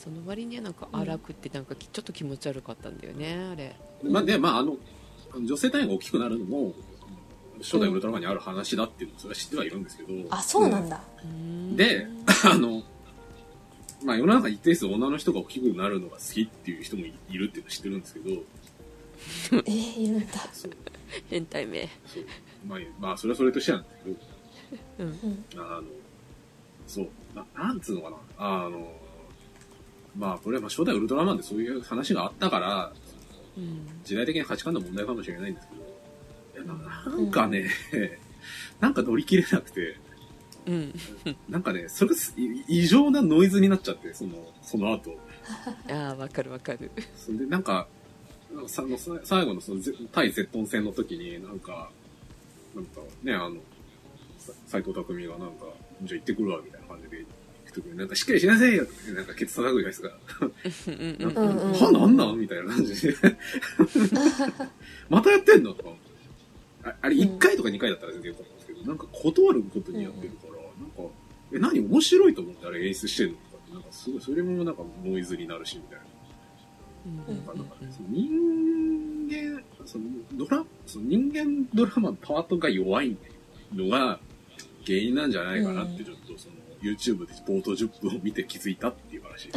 Speaker 1: その割にはなんか荒くってなんかきちょっと気持ち悪かったんだよねあれ
Speaker 2: まあ、で、まあ、あの、女性単位が大きくなるのも、初代ウルトラマンにある話だっていうのをそれは知ってはいるんですけど。
Speaker 3: あ、そうなんだ。
Speaker 1: うーん
Speaker 2: で、 あの、まあ世の中一定数女の人が大きくなるのが好きっていう人もいいるっていうのは知ってるんですけど、
Speaker 3: えー、いるんだ。
Speaker 2: そう
Speaker 1: 変態名
Speaker 2: そうまあ、まあそれはそれとしてなんですけど、
Speaker 1: うん
Speaker 3: うん。
Speaker 2: あの、そう、ななんつうのかな、あの、まあこれはまあ初代ウルトラマンでそういう話があったから、
Speaker 1: うん
Speaker 2: 時代的な価値観の問題かもしれないんですけど、いやななんかね、 なんか乗り切れなくて、
Speaker 1: うん
Speaker 2: なんかね、それがすい異常なノイズになっちゃって、その、その後。
Speaker 1: ああわかるわかる
Speaker 2: それでなんか、さのさ最後のそのゼ対ゼットン戦の時に、なんか、なんかね、あの、斎藤匠がなんか、じゃあ行ってくるわ、みたいな感じで行く時に、なんかしっかりしなさいよって、なんかケツ叩くじゃないですか。
Speaker 1: うんうん
Speaker 2: なん
Speaker 1: う
Speaker 2: か、
Speaker 1: ん
Speaker 3: うんうん
Speaker 2: は、なんなんみたいな感 じで。またやってんのとか思って。ああれ、1回とか2回だったら全然よかったんですけど、なんか断ることにやってるから、なんか、え、何面白いと思ってあれ演出してんのとかって、なんかすごい、それもなんかノイズになるし、みたいな。
Speaker 1: うんうん
Speaker 2: なんかねその人間、そのドラ、その人間ドラマのパートが弱いのが原因なんじゃないかなって、ちょっとその YouTube で冒頭10分を見て気づいたっていう話。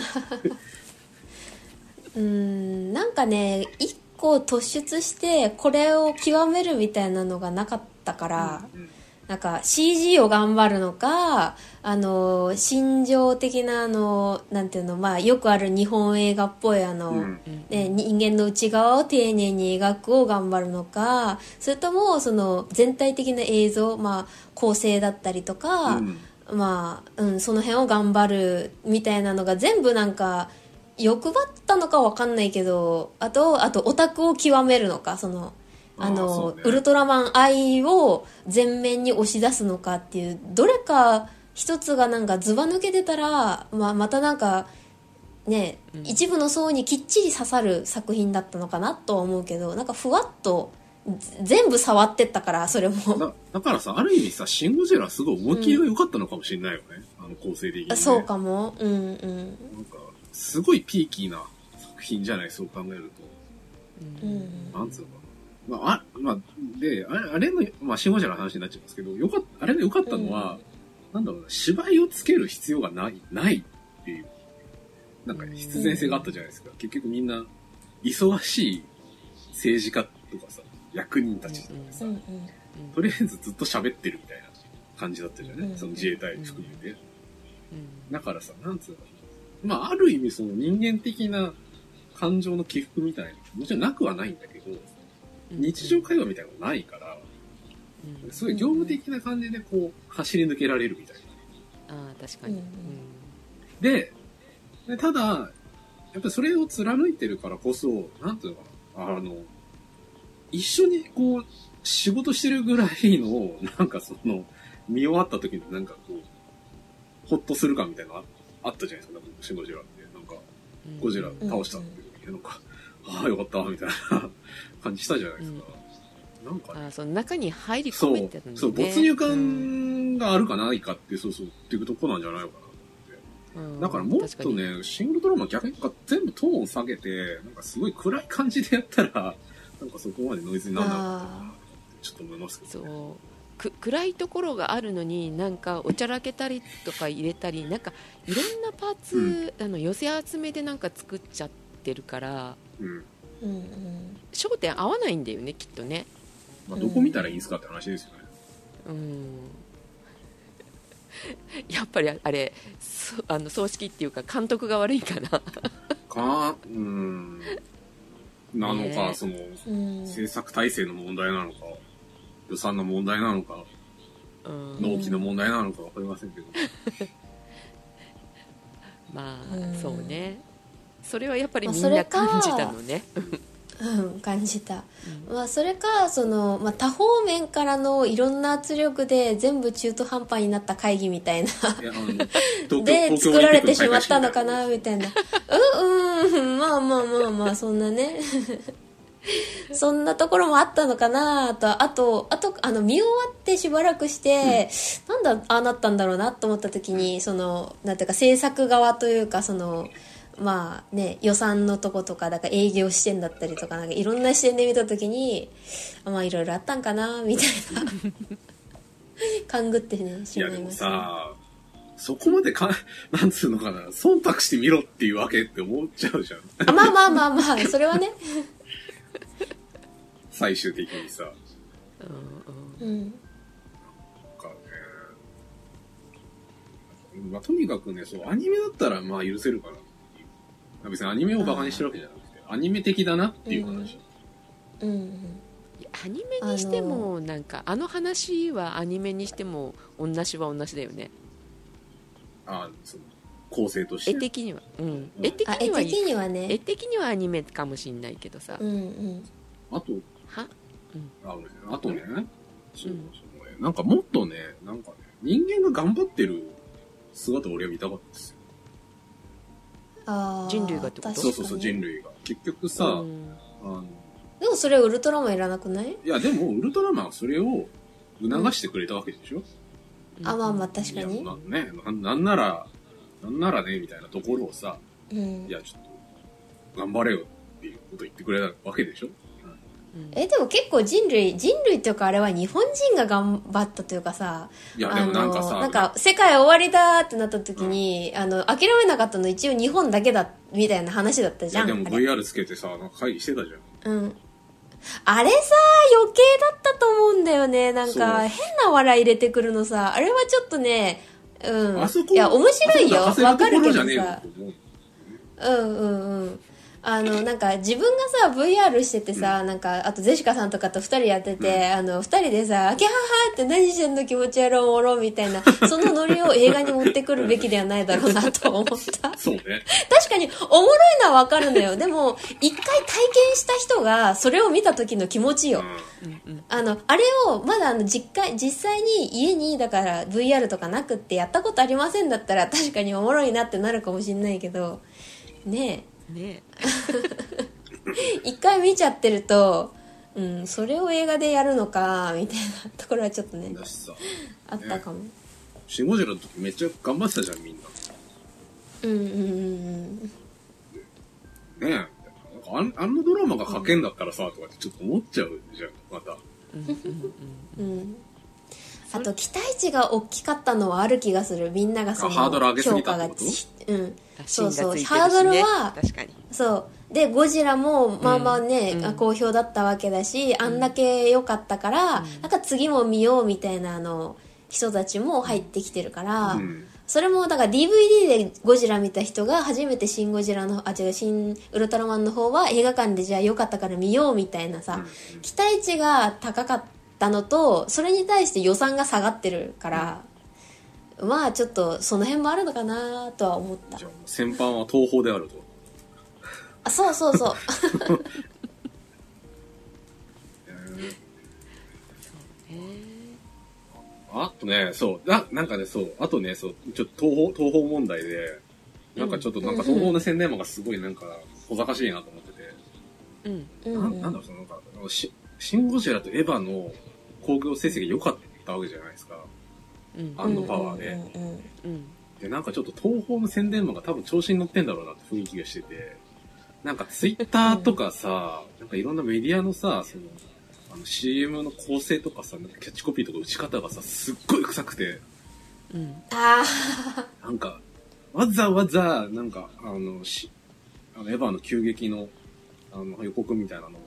Speaker 3: うーん、なんかね、一個突出して、これを極めるみたいなのがなかったから、
Speaker 2: うん
Speaker 3: なんか CG を頑張るのか、あの、心情的なあの、なんていうの、まあよくある日本映画っぽいあの、
Speaker 2: うん
Speaker 1: うん
Speaker 3: ね、人間の内側を丁寧に描くを頑張るのか、それともその全体的な映像、まあ構成だったりとか、
Speaker 2: うん
Speaker 3: まあ、うん、その辺を頑張るみたいなのが全部なんか欲張ったのかわかんないけどあとあとオタクを極めるのかそのあ
Speaker 2: あーそ
Speaker 3: の
Speaker 2: うね
Speaker 3: ウルトラマン愛を全面に押し出すのかっていうどれか一つがなんかずば抜けてたら、まあ、またなんかね、
Speaker 1: うん
Speaker 3: 一部の層にきっちり刺さる作品だったのかなとは思うけどなんかふわっとぜ全部触ってったからそれも。
Speaker 2: だだからさ、ある意味さ、シン・ゴジラはすごい思い切りが良かったのかもしれないよね。あの構成的に、ね。
Speaker 3: そうかも、うんうん
Speaker 2: なんか、すごいピーキーな作品じゃない、そう考える
Speaker 1: う
Speaker 2: と。
Speaker 1: ん
Speaker 3: うん
Speaker 2: なんつうのかな。まあ、あまあ、で、あれあれの、まあ、シンゴジラの話になっちゃいますけど、よかっあれの良かったのは、なんだろうな、芝居をつける必要がない、ないっていう、なんか必然性があったじゃないですか。結局みんな、忙しい政治家とかさ、役人たちとかで
Speaker 3: う
Speaker 2: さ、
Speaker 3: んうん
Speaker 1: うん
Speaker 2: とりあえずずっと喋ってるみたいな感じだったじゃない、
Speaker 3: うん
Speaker 2: その自衛隊含めて。
Speaker 1: うん
Speaker 2: だからさ、なんつうのかな。まあ、ある意味その人間的な感情の起伏みたいな、もちろんなくはないんだけど、
Speaker 1: うん
Speaker 2: 日常会話みたいなのないから、
Speaker 1: うん
Speaker 2: すごい業務的な感じでこう、走り抜けられるみたいな。
Speaker 1: ああ確かに
Speaker 3: うん
Speaker 2: で、でただ、やっぱりそれを貫いてるからこそ、なんていうのかな、あの、一緒にこう、仕事してるぐらいの、 なんかその、見終わった時になんかこう、ほっとする感みたいなのああったじゃないですか、なんかシンゴジラって。なんか、
Speaker 1: うん
Speaker 2: ゴジラ倒したっていう時になんか、ああ、よかった、みたいな感じしたじゃないですか。なんかね
Speaker 1: ああその中に入り
Speaker 2: そ
Speaker 1: 込め
Speaker 2: う
Speaker 1: てたん、だ
Speaker 2: そう、
Speaker 1: ね
Speaker 2: 没入感があるかないかって、そうそう、っていうとこなんじゃないのか
Speaker 1: うんうん
Speaker 2: な。だからもっ
Speaker 1: 確
Speaker 2: と
Speaker 1: かに
Speaker 2: ね、シングルドラマ逆になんか全部トーン下げて、なんかすごい暗い感じでやったら、 なんかそこまでノイズになるなって
Speaker 3: あ
Speaker 2: ちょっと思いますけど、ね。
Speaker 1: そうく暗いところがあるのになんかおちゃらけたりとか入れたりなんかいろんなパーツ、あの寄せ集めでなんか作っちゃってるから
Speaker 2: うん。
Speaker 3: ーうんうん
Speaker 1: 焦点合わないんだよねきっとね
Speaker 2: まあ、どこ見たらいいんですかって話ですよね。
Speaker 1: うん やっぱりあれそあの葬式っていうか監督が悪いかな
Speaker 2: か、うん。なのか、
Speaker 1: ね
Speaker 2: その、
Speaker 3: うん
Speaker 2: 制作体制の問題なのか、予算の問題なのか、
Speaker 1: うん
Speaker 2: 納期の問題なのかわかりませんけど。
Speaker 1: まあ、
Speaker 3: うん
Speaker 1: そうねそれはやっぱり
Speaker 3: まあ
Speaker 1: み
Speaker 3: そ
Speaker 1: ん
Speaker 3: れ
Speaker 1: な
Speaker 3: か
Speaker 1: 感じたのね、
Speaker 3: うん感じた、まあ、それかその、まあ、多方面からのいろんな圧力で全部中途半端になった会議みたいない
Speaker 2: やあの東京
Speaker 3: で
Speaker 2: 東京オ
Speaker 3: 作
Speaker 2: リン
Speaker 3: ら
Speaker 2: ピックの
Speaker 3: れ
Speaker 2: 開
Speaker 3: てしま
Speaker 2: 会
Speaker 3: っ
Speaker 2: 式
Speaker 3: たのかなみたいなうんうんまあまあまあまあそんなね そんなところもあったのかなと、あと、あと、あの、見終わってしばらくして、なんだ、ああなったんだろうなと思った時に、その、なんていうか、制作側というか、その、まあね、予算のとことか、だから営業視点だったりとか、なんかいろんな視点で見た時に、あまあいろいろあったんかなみたい な。勘ぐってね、
Speaker 2: い
Speaker 3: しま
Speaker 2: や、
Speaker 3: い
Speaker 2: でも
Speaker 3: ました。
Speaker 2: さ、そこまでか、 なんつうのかな、忖度してみろっていうわけって思っちゃうじゃん。
Speaker 3: あまあまあまあ まあ、それはね。
Speaker 2: 最終的にさ。
Speaker 1: うんうん
Speaker 3: うん。
Speaker 2: なんかね。まあ、とにかくね、そう、アニメだったらまあ許せるからっていう。まあ別にアニメをバカにしてるわけじゃなくて、アニメ的だなっていう話。
Speaker 3: うんうん。
Speaker 1: いやアニメにしてもなんかあの話はアニメにしても同じは同じだよね
Speaker 2: あその、構成とし
Speaker 1: 絵
Speaker 2: て。
Speaker 1: 的には、うん、
Speaker 2: うん
Speaker 1: 絵的
Speaker 3: あ、
Speaker 1: に
Speaker 3: 絵
Speaker 1: はい
Speaker 3: 的
Speaker 1: い
Speaker 3: には
Speaker 1: 絵
Speaker 3: ね。
Speaker 1: 的にはアニメかもしんないけどさ、
Speaker 3: うんうん。
Speaker 2: あと、
Speaker 1: は
Speaker 2: あのねあとね、そううんそうねなんかもっとね、なんかね、人間が頑張ってる姿を俺は見たかったですよ。
Speaker 3: あー
Speaker 1: 人類がってこと
Speaker 3: 確か
Speaker 2: そう
Speaker 3: に
Speaker 2: そうそう、人類が。結局さ、
Speaker 1: うん
Speaker 2: あの、
Speaker 3: でもそれウルトラマンいらなくない、
Speaker 2: いやでもウルトラマンはそれを促してくれたわけでしょ、
Speaker 3: あまあまあ確か
Speaker 2: い
Speaker 3: に
Speaker 2: やなねななんならなんならねみたいなところをさ
Speaker 3: うん
Speaker 2: いやちょっと頑張れよっていうこと言ってくれたわけでしょ
Speaker 1: うん
Speaker 3: えでも結構人類人類っていうかあれは日本人が頑張ったというかさ
Speaker 2: いやでもなんかさ
Speaker 3: あのなんか世界終わりだってなった時に、あの諦めなかったの一応日本だけだみたいな話だった
Speaker 2: い
Speaker 3: じゃ
Speaker 2: や
Speaker 3: ん
Speaker 2: でも
Speaker 3: あれ
Speaker 2: VR つけてさなんか会議してたじゃん
Speaker 3: うん、あれさ余計だったと思うんだよねなんか
Speaker 2: そう
Speaker 3: 変な笑い入れてくるのさあれはちょっとねうん
Speaker 2: あそこ
Speaker 3: いや面白いよ
Speaker 2: あそこ
Speaker 3: わかるけ
Speaker 2: じゃ
Speaker 3: ど
Speaker 2: ねえよ
Speaker 3: さ
Speaker 2: と思う
Speaker 3: うんうんうんあのなんか自分がさ VR しててさ、なんかあとゼシカさんとかと2人やってて、あの2人でさ「キャハハ」って何してんの気持ち悪いおもろみたいなそのノリを映画に持ってくるべきではないだろうなと思った
Speaker 2: そうね
Speaker 3: 確かにおもろいのはわかるのよでも一回体験した人がそれを見た時の気持ちよ、
Speaker 1: うんうん
Speaker 3: あの、あれを、まだあの、実家、実際に家に、だから VR とかなくってやったことありませんだったら確かにおもろいなってなるかもしんないけど、ね
Speaker 1: ね
Speaker 3: え、一回見ちゃってると、うん、それを映画でやるのか、みたいなところはちょっと
Speaker 2: う
Speaker 3: ね
Speaker 2: ん、だしさ
Speaker 3: あったかも。
Speaker 2: シン・ゴジラの時めっちゃ頑張ってたじゃんみん
Speaker 3: うんうんうんうん。
Speaker 2: なねえなんかあんあのドラマが書けんだったらさ、とかってちょっと思っちゃうじゃんまた
Speaker 1: うんうんうん
Speaker 3: うん、あと期待値が大きかったのはある気がするみんながその
Speaker 2: ハードル上げすぎたってこと
Speaker 3: 評価がうん
Speaker 1: 芯がついてるしね
Speaker 3: そうそうハードルは
Speaker 1: 確かに
Speaker 3: そうでゴジラもまあまあね、
Speaker 1: うん
Speaker 3: あ好評だったわけだし、あんだけ良かったから、なんか次も見ようみたいなあの人たちも入ってきてるから、
Speaker 2: うん
Speaker 3: それもだから DVD でゴジラ見た人が初めて「シン・ゴジラの」あ違う「シン・ウルトラマン」の方は映画館でじゃあ良かったから見ようみたいなさ、
Speaker 2: うん
Speaker 3: 期待値が高かったのとそれに対して予算が下がってるから、まあちょっとその辺もあるのかなとは思った
Speaker 2: じゃあ先般は東宝であると
Speaker 3: あそうそうそう
Speaker 2: あとね、そう、な、なんかね、そう、あとね、そう、ちょっと東方、東方問題で、なんかちょっと、なんか東方の宣伝マがすごいなんか、小賢しいなと思ってて、
Speaker 1: うん
Speaker 3: うん
Speaker 2: ななんだろう、そのなんか、あのシシンゴジラとエヴァの興行成績良かったわけじゃないですか。
Speaker 1: うん
Speaker 2: あのパワーで
Speaker 3: うんうんうん
Speaker 1: うん
Speaker 2: で、なんかちょっと東方の宣伝マが多分調子に乗ってんだろうなって雰囲気がしてて、なんかツイッターとかさ、なんかいろんなメディアのさ、その、あの CM の構成とかさ、なんかキャッチコピーとか打ち方がさ、すっごい臭くて、
Speaker 1: うん
Speaker 3: あ
Speaker 2: なんか、わざわざ、なんか、あの、し、あの、エヴァの急激の、あの、予告みたいなの、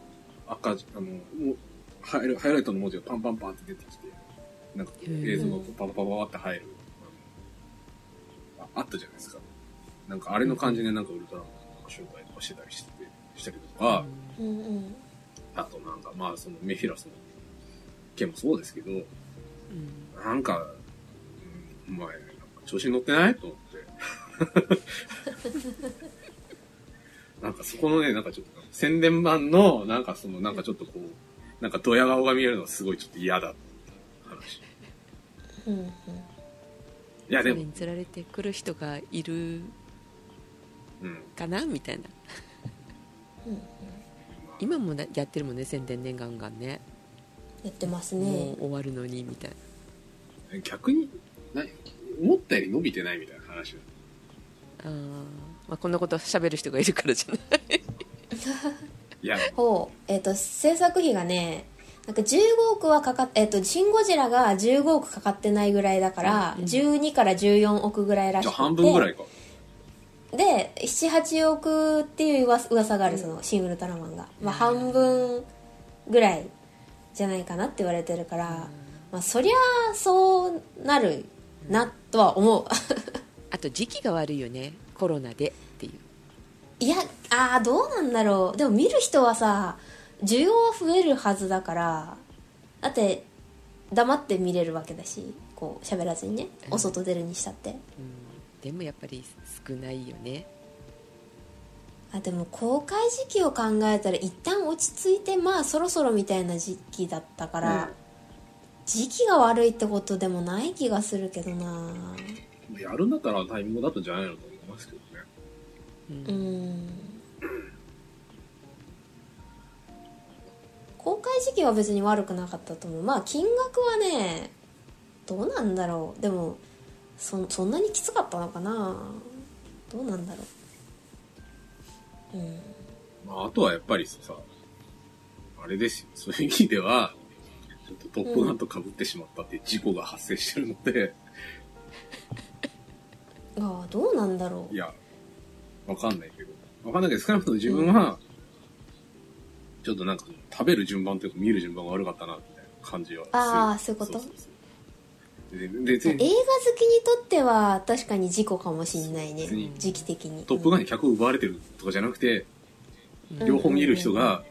Speaker 2: 赤字、あの、もう、ハイラハイライトの文字がパンパンパンって出てきて、なんか、
Speaker 1: うん
Speaker 2: 映像がパパパパパって入る、ああったじゃないですか。なんか、あれの感じで、なんか、ウルトラマンの紹介とかしてたりしてて、したりとか、
Speaker 3: ーうんうん
Speaker 2: あとなんか、まあ、その、メフィラスの件もそうですけど、
Speaker 1: うん
Speaker 2: なんか、うん、お前、なんか調子に乗ってないと思って。 なんかそこのね、なんかちょっと、宣伝版の、なんかその、なんかちょっとこう、なんかドヤ顔が見えるのはすごいちょっと嫌だって話。い
Speaker 3: うんうん
Speaker 2: や
Speaker 1: そ
Speaker 2: で
Speaker 1: れ
Speaker 2: も、
Speaker 1: につられてくる人がいる
Speaker 2: うん。
Speaker 1: かなみたいな
Speaker 2: まあ
Speaker 1: 今もねやってるもんね宣伝ねガンガンね
Speaker 3: やってます
Speaker 1: も
Speaker 3: ね
Speaker 1: う。終わるのにみたいな
Speaker 2: 逆に、な思ったより伸びてないみたいな話だ
Speaker 1: あー、まあ、こんなこと喋る人がいるからじゃない
Speaker 2: いや、
Speaker 3: ほう。えっ、と、制作費がね、なんか15億はかかっ、えっ、と、シン・ゴジラが15億かかってないぐらいだから、
Speaker 1: うん
Speaker 3: 12から14億ぐらいらし
Speaker 2: じゃ
Speaker 3: く
Speaker 2: あ
Speaker 3: て。
Speaker 2: 半分ぐらいか。
Speaker 3: で78億っていう噂噂があるそのシン・ウルトラマンが、まあ、半分ぐらいじゃないかなって言われてるから、まあ、そりゃあそうなるなとは思う
Speaker 1: あと時期が悪いよねコロナでっていう
Speaker 3: いやあーどうなんだろうでも見る人はさ需要は増えるはずだからだって黙って見れるわけだしこう喋らずにねお外出るにしたって、
Speaker 1: うんでもやっぱり少ないよね
Speaker 3: あでも公開時期を考えたら一旦落ち着いてまあそろそろみたいな時期だったから、
Speaker 2: うん
Speaker 3: 時期が悪いってことでもない気がするけどな
Speaker 2: やるんだったらタイミングだったんじゃないのと思いますけどね。
Speaker 1: う
Speaker 3: うんん公開時期は別に悪くなかったと思うまあ金額はねどうなんだろうでもそそんなにきつかったのかなどうなんだろううん
Speaker 2: まあ、あとはやっぱりさ、あれですよ。そういう意味では、ちょっとトップガンと被ってしまったっていう事故が発生してるので、
Speaker 3: ああどうなんだろう
Speaker 2: いや、わかんないけど。わかんないけど、少なくとも自分は、ちょっとなんか食べる順番というか見る順番が悪かったな、みたいな感じはする。
Speaker 3: あーそういうこと
Speaker 2: そうそうでで別
Speaker 3: 映画
Speaker 2: に、
Speaker 3: 好きにとっては確かに事故かもしんないね
Speaker 2: 別に
Speaker 3: 時期的に
Speaker 2: トップガン
Speaker 3: うん
Speaker 2: に客を奪われてるとかじゃなくて、
Speaker 1: うん
Speaker 2: 両方見る人が、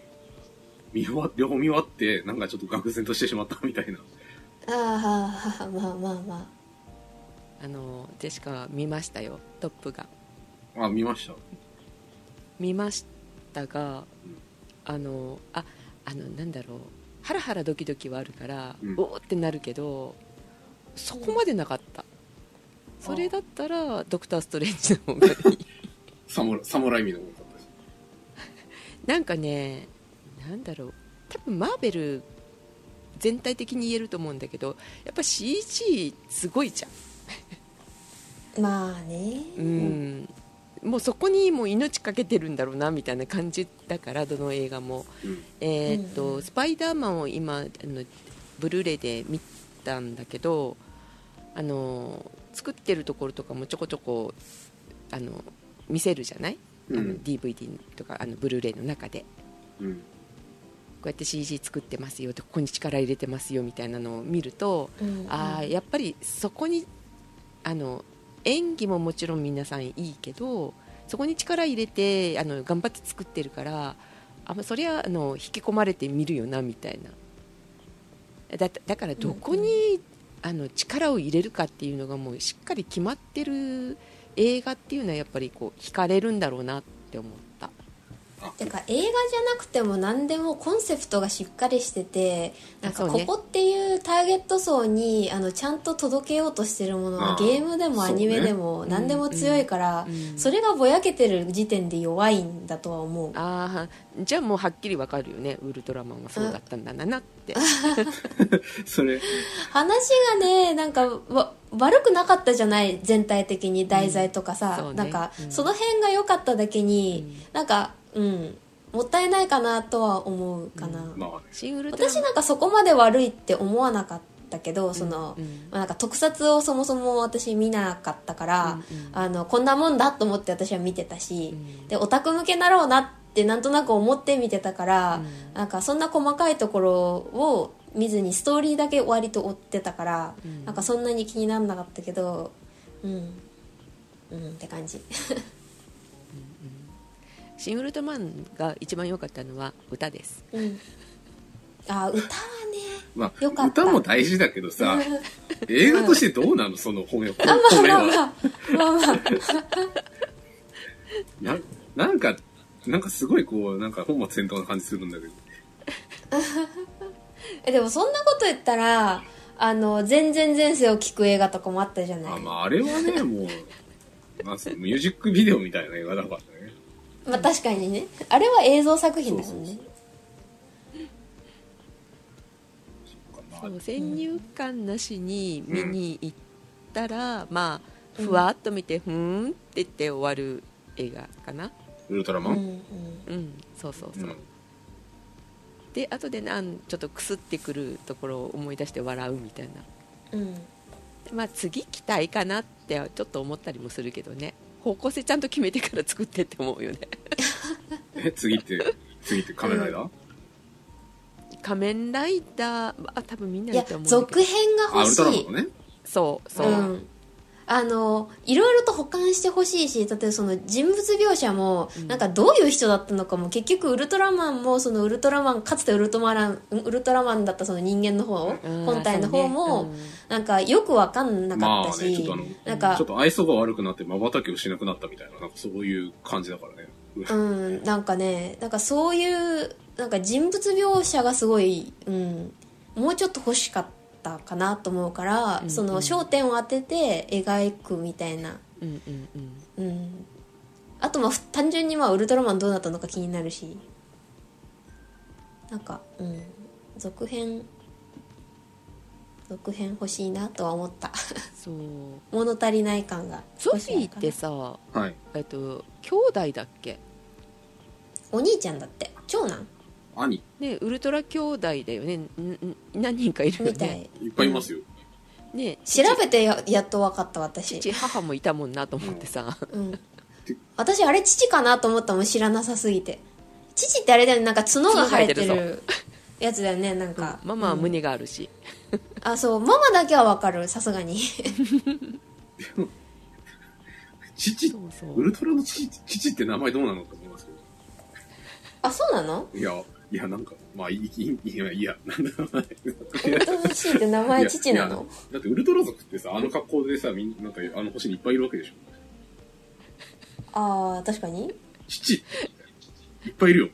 Speaker 2: 見終わ、両方見終わって、なんかちょっと愕然としてしまったみたいな。
Speaker 3: ああまあまあま
Speaker 1: あのジェシカは見ましたよ「トップガン」
Speaker 2: あ、見ました。
Speaker 1: 見ましたがあのああのなんだろうハラハラドキドキはあるから、
Speaker 2: うん
Speaker 1: おおってなるけどそこまでなかったそれだったら「ドクター・ストレンジ」の方がいい
Speaker 2: サムラ、サムライミの方だったし。
Speaker 1: なんかねなんだろう多分マーベル全体的に言えると思うんだけどやっぱ CG すごいじゃん
Speaker 3: あまあね
Speaker 1: うん、もうそこにもう命かけてるんだろうなみたいな感じだからどの映画も、
Speaker 2: うん
Speaker 1: えーっと
Speaker 3: うんうん
Speaker 1: スパイダーマンを今あのブルーレイで見たんだけどあの作ってるところとかもちょこちょこあの見せるじゃない、あの DVD とかあのブルーレイの中で
Speaker 2: うん。
Speaker 1: こうやって CG 作ってますよとここに力入れてますよみたいなのを見ると、
Speaker 3: うん
Speaker 1: あーやっぱりそこにあの演技ももちろん皆さんいいけどそこに力入れてあの頑張って作ってるからあまそりゃあの引き込まれて見るよなみたいなだだからどこに、
Speaker 3: う
Speaker 1: あの力を入れるかっていうのがもうしっかり決まってる映画っていうのはやっぱりこう惹かれるんだろうなって思った。
Speaker 3: てか映画じゃなくても何でもコンセプトがしっかりしててなん
Speaker 1: あ
Speaker 3: か
Speaker 1: そう
Speaker 3: こ
Speaker 1: ね
Speaker 3: こっていうターゲット層にあのちゃんと届けようとしてるもの
Speaker 2: あ
Speaker 3: は
Speaker 2: ー
Speaker 3: ゲームでもアニメで
Speaker 1: そう
Speaker 3: も
Speaker 1: ね
Speaker 3: 何でも強いから
Speaker 1: うん
Speaker 3: それがぼやけてる時点で弱いんだとは思う
Speaker 1: あーじゃあもうはっきりわかるよねウルトラマンはそうだったんだなって
Speaker 2: それ、
Speaker 3: 話がねなんかわ悪くなかったじゃない全体的に題材とかさ、
Speaker 1: うんそうね
Speaker 3: なんか、
Speaker 1: うん
Speaker 3: その辺が良かっただけに、なんかうんもったいないかなとは思うかな、
Speaker 2: まあね。
Speaker 1: シンウルトラマン
Speaker 3: 私なんかそこまで悪いって思わなかったけどその、
Speaker 1: うんうん
Speaker 3: まあ、なんか特撮をそもそも私見なかったから、
Speaker 1: うんうん
Speaker 3: あのこんなもんだと思って私は見てたし、
Speaker 1: うん
Speaker 3: でオタク向けだろうなってなんとなく思って見てたから、
Speaker 1: うん
Speaker 3: なんかそんな細かいところを見ずにストーリーだけ割と追ってたから、
Speaker 1: うん
Speaker 3: なんかそんなに気にならなかったけどうんうんって感じ
Speaker 1: シン・ウルトラマンが一番良かったのは歌です
Speaker 3: うん あ歌はね
Speaker 2: まあ、
Speaker 3: よかった
Speaker 2: 歌も大事だけど さ、映画としてどうなのその褒め、褒め
Speaker 3: まあ
Speaker 2: は。
Speaker 3: まあまあまあ
Speaker 2: な、なんか、なんかすごいこう、なんか本末転倒な感じするんだけど。
Speaker 3: えでもそんなこと言ったらあの全然前世を聞く映画とかもあったじゃない
Speaker 2: あ、まあ、あれはね、もう、まあ、そのミュージックビデオみたいな映画だからね。
Speaker 3: まあ確かにねあれは映像作品だもんね
Speaker 2: そうそう
Speaker 1: そう先入観なしに見に行ったら、まあふわっと見て、ふーんって言って終わる映画かな
Speaker 2: ウルトラ
Speaker 3: う
Speaker 2: マ
Speaker 3: ん
Speaker 2: ン、
Speaker 1: うんそうそうそう、
Speaker 2: うん
Speaker 1: で後でなんちょっとくすってくるところを思い出して笑うみたいな
Speaker 3: うんうん
Speaker 1: まあ次期待かなってちょっと思ったりもするけどね方向性ちゃんと決めてから作ってって思うよね
Speaker 2: え、次って、次って仮面ライダー、
Speaker 1: 仮面ライダーあ多分みんないだ
Speaker 3: や
Speaker 1: と思うんだけど
Speaker 3: 続編が
Speaker 2: あ、ウ
Speaker 3: 欲
Speaker 2: ル
Speaker 3: し
Speaker 2: トラマ
Speaker 3: い
Speaker 2: ンのね。
Speaker 1: そうそう、
Speaker 3: うん、あのいろいろと保管してほしいし例えばその人物描写も
Speaker 1: うん
Speaker 3: なんかどういう人だったのかも、結局ウルトラマンもそのウルトラマンかつてウルトラマンウルトラマンだったその人間の方、
Speaker 1: うん
Speaker 3: 本体の方も、
Speaker 1: そうね
Speaker 3: なんかよく分かんなかった
Speaker 2: まあねちょ
Speaker 3: し、
Speaker 2: っとあの
Speaker 3: な
Speaker 2: ちょ
Speaker 3: んか
Speaker 2: っと愛想が悪くなって瞬きをしなくなったみたいな、なんかそういう感じだからね。
Speaker 3: うんなんかねなんかそういうなんか人物描写がすごい、うん、もうちょっと欲しかったかなと思うから、
Speaker 1: うん
Speaker 3: その焦点を当てて描くみたいな
Speaker 1: うんうんうんうん
Speaker 3: うんあとまあふ単純にまあウルトラマンどうなったのか気になるしなんかうん続編続編欲しいなとは思った
Speaker 1: そう
Speaker 3: 物足りない感が
Speaker 1: ソ
Speaker 3: 少
Speaker 1: フ
Speaker 3: しある
Speaker 1: ィー
Speaker 3: か
Speaker 1: っ
Speaker 3: な
Speaker 1: てさ
Speaker 2: はい。
Speaker 1: えっと兄弟だっけ
Speaker 3: お兄ちゃんだって長男
Speaker 2: 兄、
Speaker 1: ねウルトラ兄弟だよねんん何人かいるよ
Speaker 3: みたい、
Speaker 1: ね
Speaker 2: いっぱいいますよ。
Speaker 1: ね
Speaker 3: 調べてややっと分かった私
Speaker 1: 父母もいたもんなと思ってさ、
Speaker 3: うん私あれ父かなと思ったもん知らなさすぎて父ってあれだよねなんか角が生えて
Speaker 1: 角が生
Speaker 3: るやつだよねなんか、
Speaker 1: ママは
Speaker 3: うん
Speaker 1: 胸があるし、
Speaker 3: あそうママだけは分かるさすがに
Speaker 2: 父、
Speaker 1: そうそう
Speaker 2: ウルトラの父、父って名前どうなのか思いますけど。
Speaker 3: あ、そうなの
Speaker 2: いや、いや、なんか、まあ、いい、いい、いや、いや、なんだろうな。
Speaker 3: ウルトラのシーって名前父ない
Speaker 2: や
Speaker 3: の
Speaker 2: だってウルトラ族ってさ、あの格好でさ、みんな、なんかあの星にいっぱいいるわけでしょ。
Speaker 3: ああ、確かに。
Speaker 2: 父いっぱいいるよ。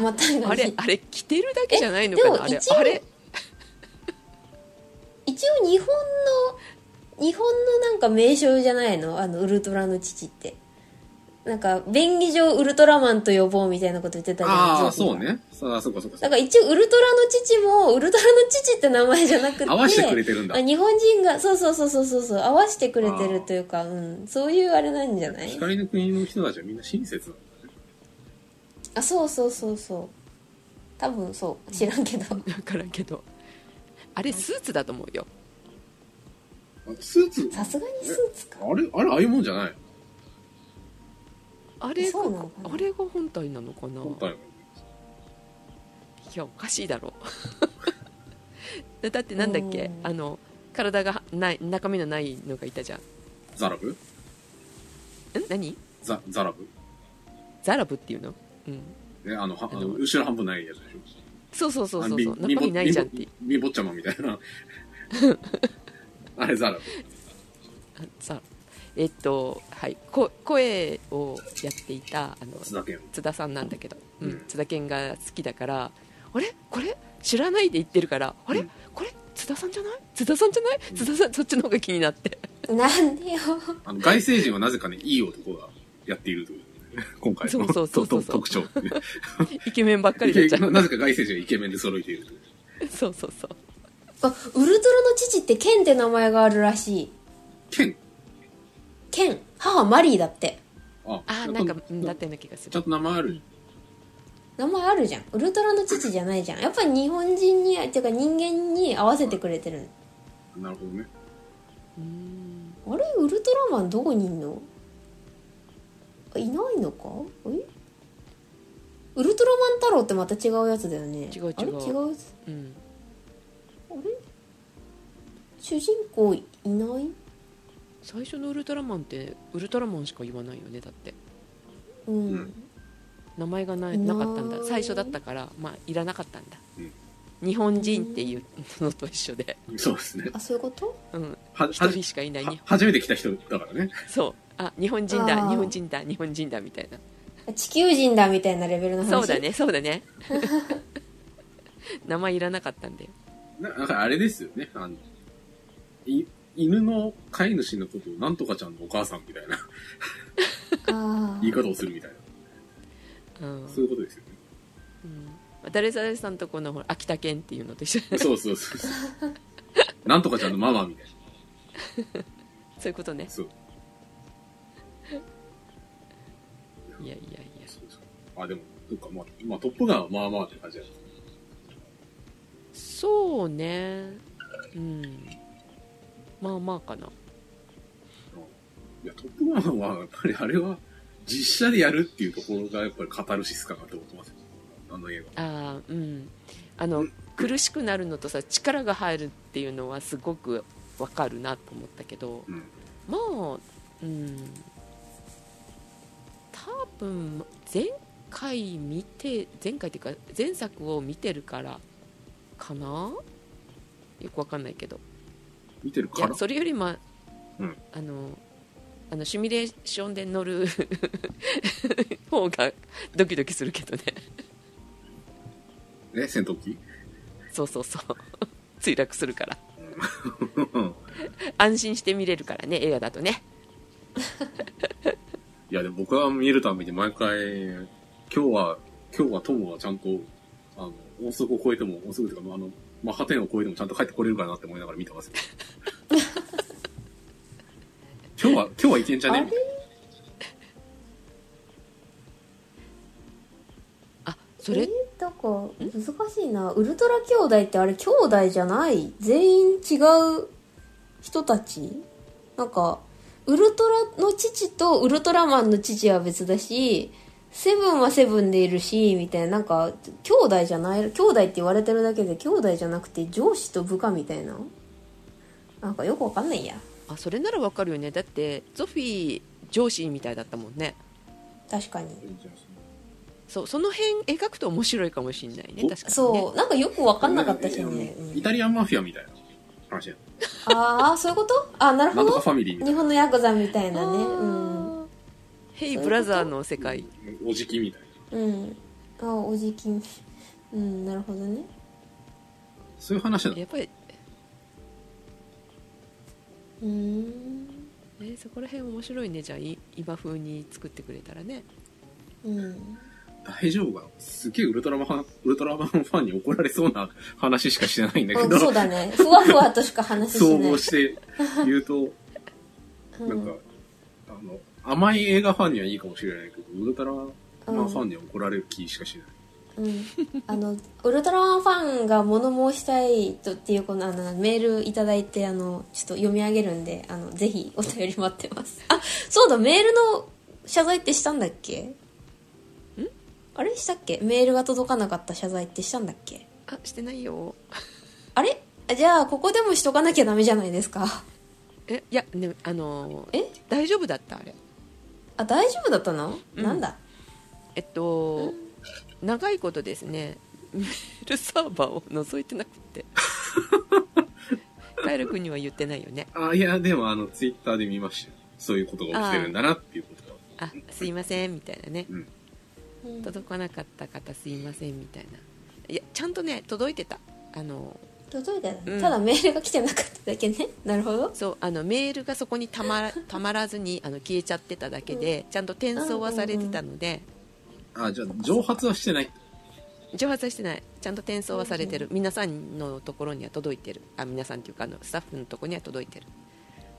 Speaker 3: まあ、確か
Speaker 1: あれ
Speaker 3: に。
Speaker 1: あれ着てるだけじゃないのか
Speaker 3: えで
Speaker 1: な
Speaker 3: も
Speaker 1: あれ
Speaker 3: 一応
Speaker 1: あれ
Speaker 3: 一応日本の、日本のなんか名称じゃないのあの、ウルトラの父って。なんか、便宜上ウルトラマンと呼ぼうみたいなこと言ってたじゃん。
Speaker 2: ああ、
Speaker 3: ゾ
Speaker 2: そう
Speaker 3: ンビが。
Speaker 2: ね。さあ、そうかそうかそ
Speaker 3: だ
Speaker 2: うか
Speaker 3: か
Speaker 2: ら
Speaker 3: 一応ウルトラの父も、ウルトラの父って名前じゃなくて。
Speaker 2: 合わせてくれてるんだ
Speaker 3: あ日本人が、そうそうそうそうそうそう、合わせてくれてるというか、うん。そういうあれなんじゃない
Speaker 2: 光の国の人たちはみんな親切なんだね。
Speaker 3: あ、そうそうそうそう。多分そう。知ら んけど。
Speaker 1: 分からんけどあれスーツだと思うよ
Speaker 2: あスーツ、
Speaker 3: さすがにスーツか。
Speaker 2: あれ、あれ、ああいうもんじゃない。
Speaker 1: あれが
Speaker 3: そうなのかな
Speaker 1: あれが本体なのかな
Speaker 2: 本体は。
Speaker 1: いやおかしいだろ だだってなんだっけ
Speaker 3: うん
Speaker 1: あの体がない中身のないのがいたじゃんん
Speaker 2: ザラブ
Speaker 1: 何
Speaker 2: ザ、ザラブ
Speaker 1: ザラブっていうのうん
Speaker 2: ね、あの、はあ
Speaker 1: あの
Speaker 2: の後ろ半分ないやつでしょ。
Speaker 1: そうそうそうそうそう
Speaker 2: あみ
Speaker 1: 中身ないじゃんって
Speaker 2: みぼみぼっちゃまみたいな。 あれ、ザラブ。
Speaker 1: あさえっとはいこ声をやっていたあの
Speaker 2: 津田健。
Speaker 1: 津田さんなんだけど、うん
Speaker 2: うん
Speaker 1: 津田健が好きだからあれこれ知らないで言ってるからあれ、
Speaker 2: うん
Speaker 1: これ津田さんじゃない津田さんじゃない、
Speaker 2: ん
Speaker 1: 津田さんそっちの方が気になって
Speaker 3: なんでよ。
Speaker 2: あの、外星人はなぜかね、いい男がやっているという。 今回の
Speaker 1: そうそうそうそう
Speaker 2: とと特徴。
Speaker 1: イケメンばっかりになっちゃ
Speaker 2: な
Speaker 1: う
Speaker 2: なぜか外星人はイケメンで揃えているという。
Speaker 1: そうそうそう
Speaker 3: あ、ウルトラの父ってケンって名前があるらしい。
Speaker 2: ケン。
Speaker 3: ケン。母マリーだって。
Speaker 2: あ
Speaker 1: ああなんかうんだったような気がす
Speaker 2: ちゃ
Speaker 1: る
Speaker 2: んと名前ある。
Speaker 3: 名前あるじゃん。ウルトラの父じゃないじゃん。やっぱり日本人に、てか人間に合わせてくれてる。
Speaker 2: なるほどね。
Speaker 1: うん
Speaker 3: あれウルトラマンどこにいんのあいないのかえウルトラマン太郎ってまた違うやつだよね。
Speaker 1: 違う違う
Speaker 3: あれ違うやつ
Speaker 1: うん
Speaker 3: あれ主人公いない
Speaker 1: 最初のウルトラマンってウルトラマンしか言わないよねだって
Speaker 3: うん。
Speaker 2: うん
Speaker 1: 名前がない
Speaker 3: いな
Speaker 1: な
Speaker 3: ー
Speaker 1: かったんだ最初だったからまあいらなかったんだ、
Speaker 2: うん
Speaker 1: 日本人っていうのと一緒で、
Speaker 2: そうですね。
Speaker 3: あ、そういうこと
Speaker 1: うん、
Speaker 2: は、は
Speaker 1: 一人しかいない
Speaker 2: は
Speaker 1: 日
Speaker 2: 初めて来た人だからね。
Speaker 1: そうあ日本人
Speaker 3: あ
Speaker 1: だ
Speaker 3: ー
Speaker 1: 日本人だ日本人だみたいな
Speaker 3: あ地球人だみたいなレベルの話。
Speaker 1: そうだねそうだね名前いらなかったんだよ
Speaker 2: ななんかあれですよね。あの、い、犬の飼い主のことをなんとかちゃんのお母さんみたいな
Speaker 3: あー。
Speaker 2: 言い方をするみたいな。
Speaker 1: うん、
Speaker 2: そういうことですよね。
Speaker 1: うんまあ誰々さんとこのほら秋田県っていうのと一緒
Speaker 2: そうそうそうそうなんとかちゃんのママみたいな
Speaker 1: そういうことね
Speaker 2: そう
Speaker 1: いやいやいや
Speaker 2: そうそうあでもそっかまあ、まあ、トップガンはまあまあって感じなんですね
Speaker 1: そうねうんまあまあかない
Speaker 2: やトップガンはやっぱりあれは実写でやるっていうところがやっぱりカタルシスかなと思ってますよあの映画
Speaker 1: あーうんあの苦しくなるのとさ力が入るっていうのはすごくわかるなと思ったけど
Speaker 2: うん
Speaker 1: まあうん多分前回見て前回っていうか前作を見てるからかなよくわかんないけど
Speaker 2: 見てる
Speaker 1: い
Speaker 2: か
Speaker 1: や
Speaker 2: ら
Speaker 1: それよりも、
Speaker 2: うん
Speaker 1: あのあのシミュレーションで乗る 方がドキドキするけどね
Speaker 2: ね戦闘機
Speaker 1: そうそうそう墜落するから
Speaker 2: うん
Speaker 1: 安心して見れるからね映画だとね
Speaker 2: いや、でも僕は見るために毎回、今日は、今日は友はちゃんと、あの、音速を超えても、音速というか、あの、マッハテンを超えてもちゃんと帰ってこれるかなって思いながら見て ますよ。今日は、今日はいけんじゃね
Speaker 3: あれ
Speaker 2: みたい
Speaker 1: あそれ
Speaker 3: えーなんか難しいなウルトラ兄弟ってあれ兄弟じゃない全員違う人たちなんかウルトラの父とウルトラマンの父は別だしセブンはセブンでいるしみたいななんか兄弟じゃない兄弟って言われてるだけで兄弟じゃなくて上司と部下みたいななんかよくわかんないや
Speaker 1: あそれならわかるよねだってゾフィー上司みたいだったもんね
Speaker 3: 確かに
Speaker 2: な。
Speaker 1: そうその辺描くと面白いかもしれないね確
Speaker 2: お
Speaker 1: かに、ね、
Speaker 3: そうなんかよくわかんなかったしね、
Speaker 2: イタリアンマフィアみたいな話や。
Speaker 3: ああそういうことあなる
Speaker 2: な
Speaker 3: ほ
Speaker 2: んとか
Speaker 3: ど
Speaker 2: ファミリーみた
Speaker 3: 日
Speaker 2: い
Speaker 3: 本のヤクザみたい
Speaker 1: あ
Speaker 3: なねうん
Speaker 1: ーヘイ
Speaker 3: そういうこと
Speaker 1: ブラザーの世界
Speaker 2: な。おじきみたいな。
Speaker 3: うん。あ、おじき。うん、なるほどね。
Speaker 2: そういう話なの
Speaker 1: やっぱり、
Speaker 3: うーん。
Speaker 1: ね、そこら辺面白いねじゃあい今風に作ってくれたらね
Speaker 3: うん。
Speaker 2: 大丈夫かなすげえウルトラマン、ウルトラマンファンに怒られそうな話しかしてないんだけ
Speaker 3: あ
Speaker 2: ど
Speaker 3: そ。うだね。ふわふわとしか話し
Speaker 2: 総
Speaker 3: ない
Speaker 2: 合。して言うと、
Speaker 3: う
Speaker 2: なん
Speaker 3: ん
Speaker 2: か、あの、甘い映画ファンにはいいかもしれないけど、ウルトラマンファンには怒られる気しかしない。
Speaker 3: うん、あのウルトラマンファンが物申したいとっていうこのあのメールいただいてあのちょっと読み上げるんであのぜひお便り待ってますあそうだメールの謝罪ってしたんだっけんあれしたっけメールが届かなかった謝罪ってしたんだっけ
Speaker 1: あしてないよ
Speaker 3: あれあじゃあここでもしとかなきゃダメじゃないですか
Speaker 1: えいやねあのー
Speaker 3: え
Speaker 1: 大丈夫だったあれ
Speaker 3: あ大丈夫だったの、
Speaker 1: うん
Speaker 3: なんだ
Speaker 1: えっと、長いことですねメールサーバーを覗いてなく てカエル君には言ってないよね
Speaker 2: あ、いや、でもあの、ツイッターで見ましたよ。そういうことが起きてるんだなっていうこと
Speaker 1: あ
Speaker 2: は。
Speaker 1: すいませんみたいなね
Speaker 2: うん。
Speaker 1: 届かなかった方すいませんみたいないやちゃんとね届いてたあの
Speaker 3: 届いたよね、
Speaker 1: うん
Speaker 3: ただメールが来てなかっただけねなるほど
Speaker 1: そうあのメールがそこにた まらたまらずにあの消えちゃってただけで、ちゃんと転送はされてたので、
Speaker 2: あ、じゃあ、蒸発はしてない。
Speaker 1: 蒸発はしてないちゃんと転送はされてる、皆さんのところには届いてるあ皆さんというかあのスタッフのところには届いてる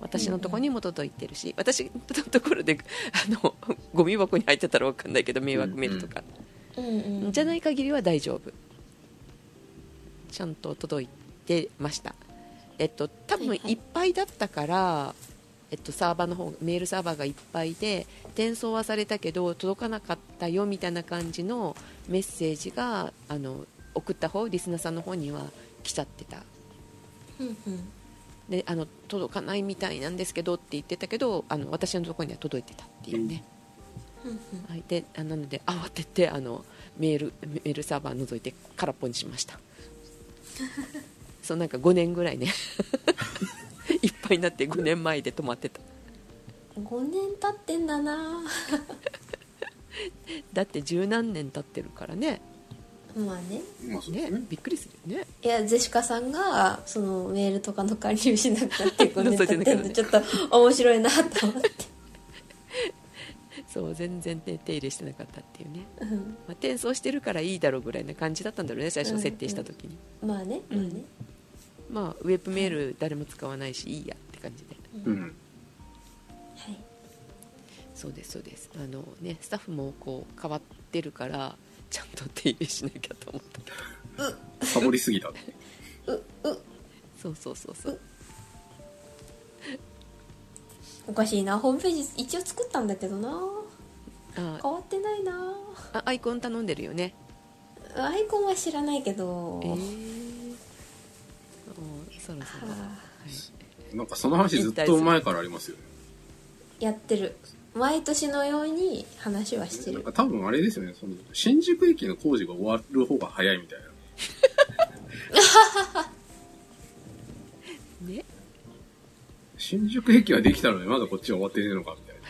Speaker 1: 私のところにも届いてるし、私のところであのゴミ箱に入ってたら分かんないけど迷惑メールとか、
Speaker 3: うんうん
Speaker 1: じゃないい限りは大丈夫ちゃんと届いてましたえっと多分
Speaker 3: はいはい
Speaker 1: いっぱいだったから、えっと、サーバーの方メールサーバーがいっぱいで転送はされたけど届かなかったよみたいな感じのメッセージがあの送った方リスナーさんの方には来ちゃってた
Speaker 3: うんうん
Speaker 1: であの届かないみたいなんですけどって言ってたけどあの私のところには届いてたっていうね、
Speaker 3: うんうん
Speaker 1: はい、であなので慌ててあのメールメールサーバー覗いて空っぽにしましたそうなんか5年ぐらいね いっぱいになって5年前で止まってた
Speaker 3: 5年経ってんだな
Speaker 1: だって十何年経ってるからね
Speaker 3: まあね
Speaker 2: まあ、そうで
Speaker 1: ね
Speaker 2: すね。
Speaker 1: びっくりするよね
Speaker 3: いやゼシカさんがそのメールとかの管理をしなくなって5 年
Speaker 1: そうじゃ
Speaker 3: 経
Speaker 1: なくなん
Speaker 3: って
Speaker 1: る
Speaker 3: の
Speaker 1: ね
Speaker 3: ちょっと面白いなと思って
Speaker 1: そう全然、ね、手入れしてなかったっていうね、
Speaker 3: うん
Speaker 1: まあ、転送してるからいいだろうぐらいな感じだったんだろうね最初設定した時に、
Speaker 3: まあねまあね、
Speaker 1: まあウェブメール誰も使わないしいいやって感じで
Speaker 2: う
Speaker 3: はい
Speaker 2: ん。
Speaker 1: そうですそうですあのねスタッフもこう変わってるからちゃんと手入れしなきゃと思った
Speaker 2: サボりすぎた。
Speaker 3: うう
Speaker 1: そうそうそうそう
Speaker 3: おかしいなホームページ一応作ったんだけどな
Speaker 1: あ
Speaker 3: 変わってないな
Speaker 1: あアイコン頼んでるよね
Speaker 3: アイコンは知らないけど、
Speaker 1: ええそろそろ、は
Speaker 3: はあ
Speaker 1: い、
Speaker 2: なんかその話ずっと前からありますよね。
Speaker 3: やってる毎年のように話はして
Speaker 2: なん
Speaker 3: る
Speaker 2: か多分あれですよね、その、新宿駅の工事が終わる方が早いみたいな。
Speaker 1: ね
Speaker 2: 新宿駅はできたのにまだこっちは終わってねえのかみたいな。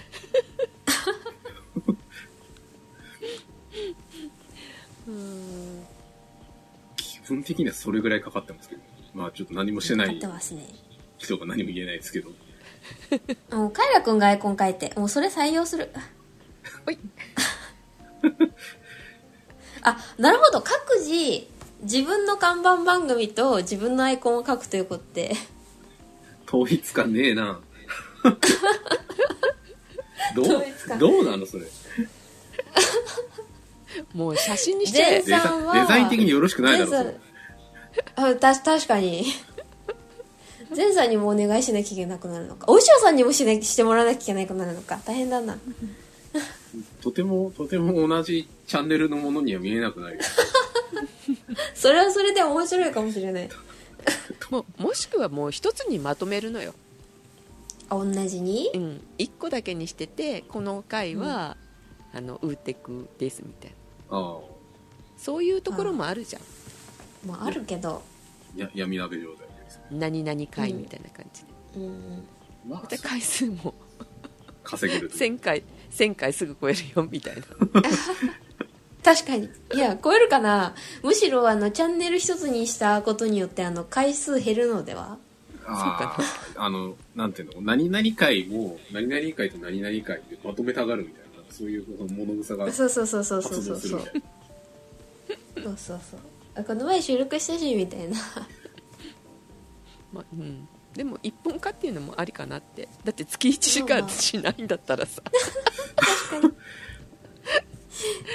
Speaker 1: うーん
Speaker 2: 気分的にはそれぐらいかかってますけど。まあちょっと何もしてな
Speaker 3: 買っ
Speaker 2: い
Speaker 3: てますね
Speaker 2: 人が何も言えないですけど。
Speaker 3: もうカイラくんがアイコン書いてもうそれ採用する
Speaker 1: ほい
Speaker 3: あなるほど各自自分の看板番組と自分のアイコンを書くということって
Speaker 2: 統一感ねえ な。どう
Speaker 3: 統一感
Speaker 2: どうなのそれ。
Speaker 1: もう写真にしちゃえ
Speaker 2: デザ
Speaker 3: さんは
Speaker 2: デザイン的によろしくないだろ
Speaker 3: 前
Speaker 2: そ
Speaker 3: さ
Speaker 2: れ
Speaker 3: ん。あた確かに前さんにもお願いしなきゃいけなくなるのかお衣装さんにもし,、ね、してもらわなきゃいけなくなるのか大変だな
Speaker 2: とても、とても同じチャンネルのものには見えなくない。
Speaker 3: それはそれで面白いかもしれない
Speaker 1: もうもしくはもう一つにまとめるのよ
Speaker 3: あ同じに
Speaker 1: うん、1個だけにしててこの回は、あのウーテクですみたいな
Speaker 2: ああ。
Speaker 1: そういうところもあるじゃん、
Speaker 3: まああるけど
Speaker 2: や闇鍋状態です。
Speaker 1: 何々回みたいな感じで、
Speaker 3: うん
Speaker 2: まあ
Speaker 1: で、回数も
Speaker 2: 稼げるという。
Speaker 1: 1000回1000回すぐ超えるよみたいな
Speaker 3: 確かにいや超えるかなむしろあのチャンネル一つにしたことによってあの回数減るのでは
Speaker 2: ああ、あの、なんていうの、何々回を、何々回と何々回でまとめたがるみたいな、そういうその物草が
Speaker 3: そうそうそうそうそう
Speaker 2: 発
Speaker 3: そ
Speaker 2: 動
Speaker 3: う
Speaker 2: す
Speaker 3: そ
Speaker 2: る
Speaker 3: う
Speaker 2: みたいな。
Speaker 3: そうそうそうあこの前収録したしみた いな
Speaker 1: まあうん、でも1本化っていうのもありかなってだって月1時間しないんだったらさ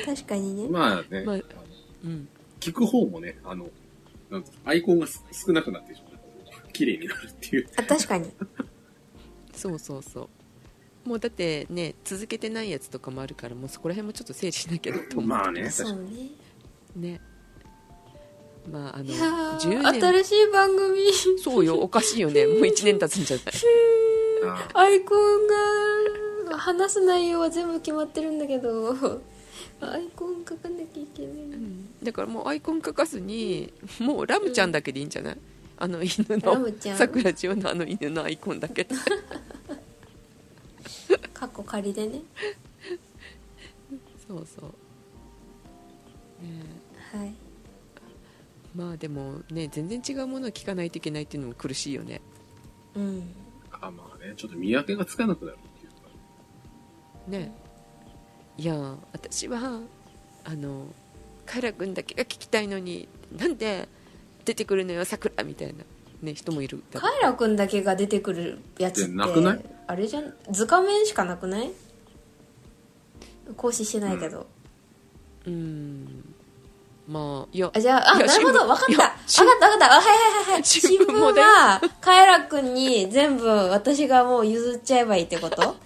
Speaker 3: 確かにね、
Speaker 2: まあね、
Speaker 1: まあ
Speaker 2: あの
Speaker 1: うん
Speaker 2: 聞く方もね、あの、なんていうのアイコンがす少なくなってしまう。綺麗になるっていう。
Speaker 3: あ確かに
Speaker 1: そうそうそうもうだってね続けてないやつとかもあるからもうそこら辺もちょっと整理しなきゃなと思う、
Speaker 2: まあね、確
Speaker 3: そ
Speaker 2: か
Speaker 3: う
Speaker 2: に。
Speaker 3: ね
Speaker 1: ねまああの
Speaker 3: いやー
Speaker 1: 10年
Speaker 3: 新しい 番組
Speaker 1: そうよおかしいよねもう1年経つんじゃない
Speaker 2: あ
Speaker 3: アイコンが話す内容は全部決まってるんだけどアイコン書かなきゃいけない
Speaker 1: だからもうアイコン書かずに、もうラムちゃんだけでいいんじゃない、あの犬
Speaker 3: ラ
Speaker 1: の
Speaker 3: ムちゃん
Speaker 1: さくらちおのあの犬のアイコンだ け
Speaker 3: かっこ仮でね
Speaker 1: そうそうねえ
Speaker 3: はい
Speaker 1: まあでもね全然違うものを聞かないといけないっていうのも苦しいよね
Speaker 3: うん
Speaker 2: あ、まあね、ちょっと見分けがつかなくなるっていうか。
Speaker 1: ねいや私はあのカイラ君だけが聞きたいのになんで出てくるのよさくらみたいな、ね、人もいるだろ
Speaker 3: カイラくんだけが出てくるやつって
Speaker 2: えなくない
Speaker 3: あれじゃん図仮面しかなくない行使してないけど、
Speaker 1: うんまあいや
Speaker 3: あじゃああ
Speaker 1: いや
Speaker 3: なるほ
Speaker 1: 新聞
Speaker 3: どわか
Speaker 1: い
Speaker 3: ったわ
Speaker 1: や
Speaker 3: かったわかったあはいはいはいはい
Speaker 1: 新
Speaker 3: 新
Speaker 1: 聞
Speaker 3: 聞
Speaker 1: もね
Speaker 3: はカエラくんに全部私がもう譲っちゃえばいいってこと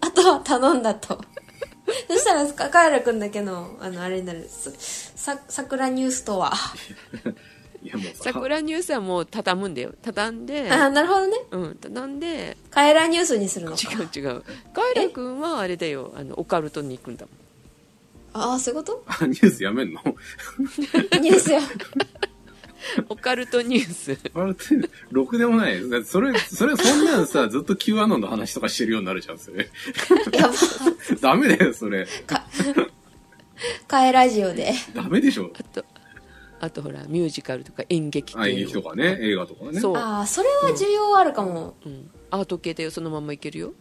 Speaker 3: あとは頼んだ とそしたらカカエラくんだけのあのあれになるすさ桜ニュースとは、
Speaker 2: いや、もうさ、
Speaker 1: 桜ニュースはもう畳むんだよ畳んで
Speaker 3: あなるほどね
Speaker 1: うん、なんで
Speaker 3: カエラニュースにするのか
Speaker 1: 違う違うカイラ君はあれだよあのオカルトに行くんだもん
Speaker 3: ああそういうこ
Speaker 2: あニュースやめんの
Speaker 3: とニュース よ
Speaker 1: オカルトニュース
Speaker 2: あれって、ろくでもない。だってそれ、それ、そんなんさ、ずっと Q アノンの話とかしてるようになるじゃん、それ。
Speaker 3: やば
Speaker 2: ダメだよ、それ。
Speaker 3: カエラジオで
Speaker 2: ダメで しょ。
Speaker 1: あとあとほらミュージカルとか演劇系
Speaker 2: 演劇とかね、映画とかね。
Speaker 1: そう
Speaker 3: ああそれは需要あるかも、
Speaker 1: うん、アート系だよそのままいけるよ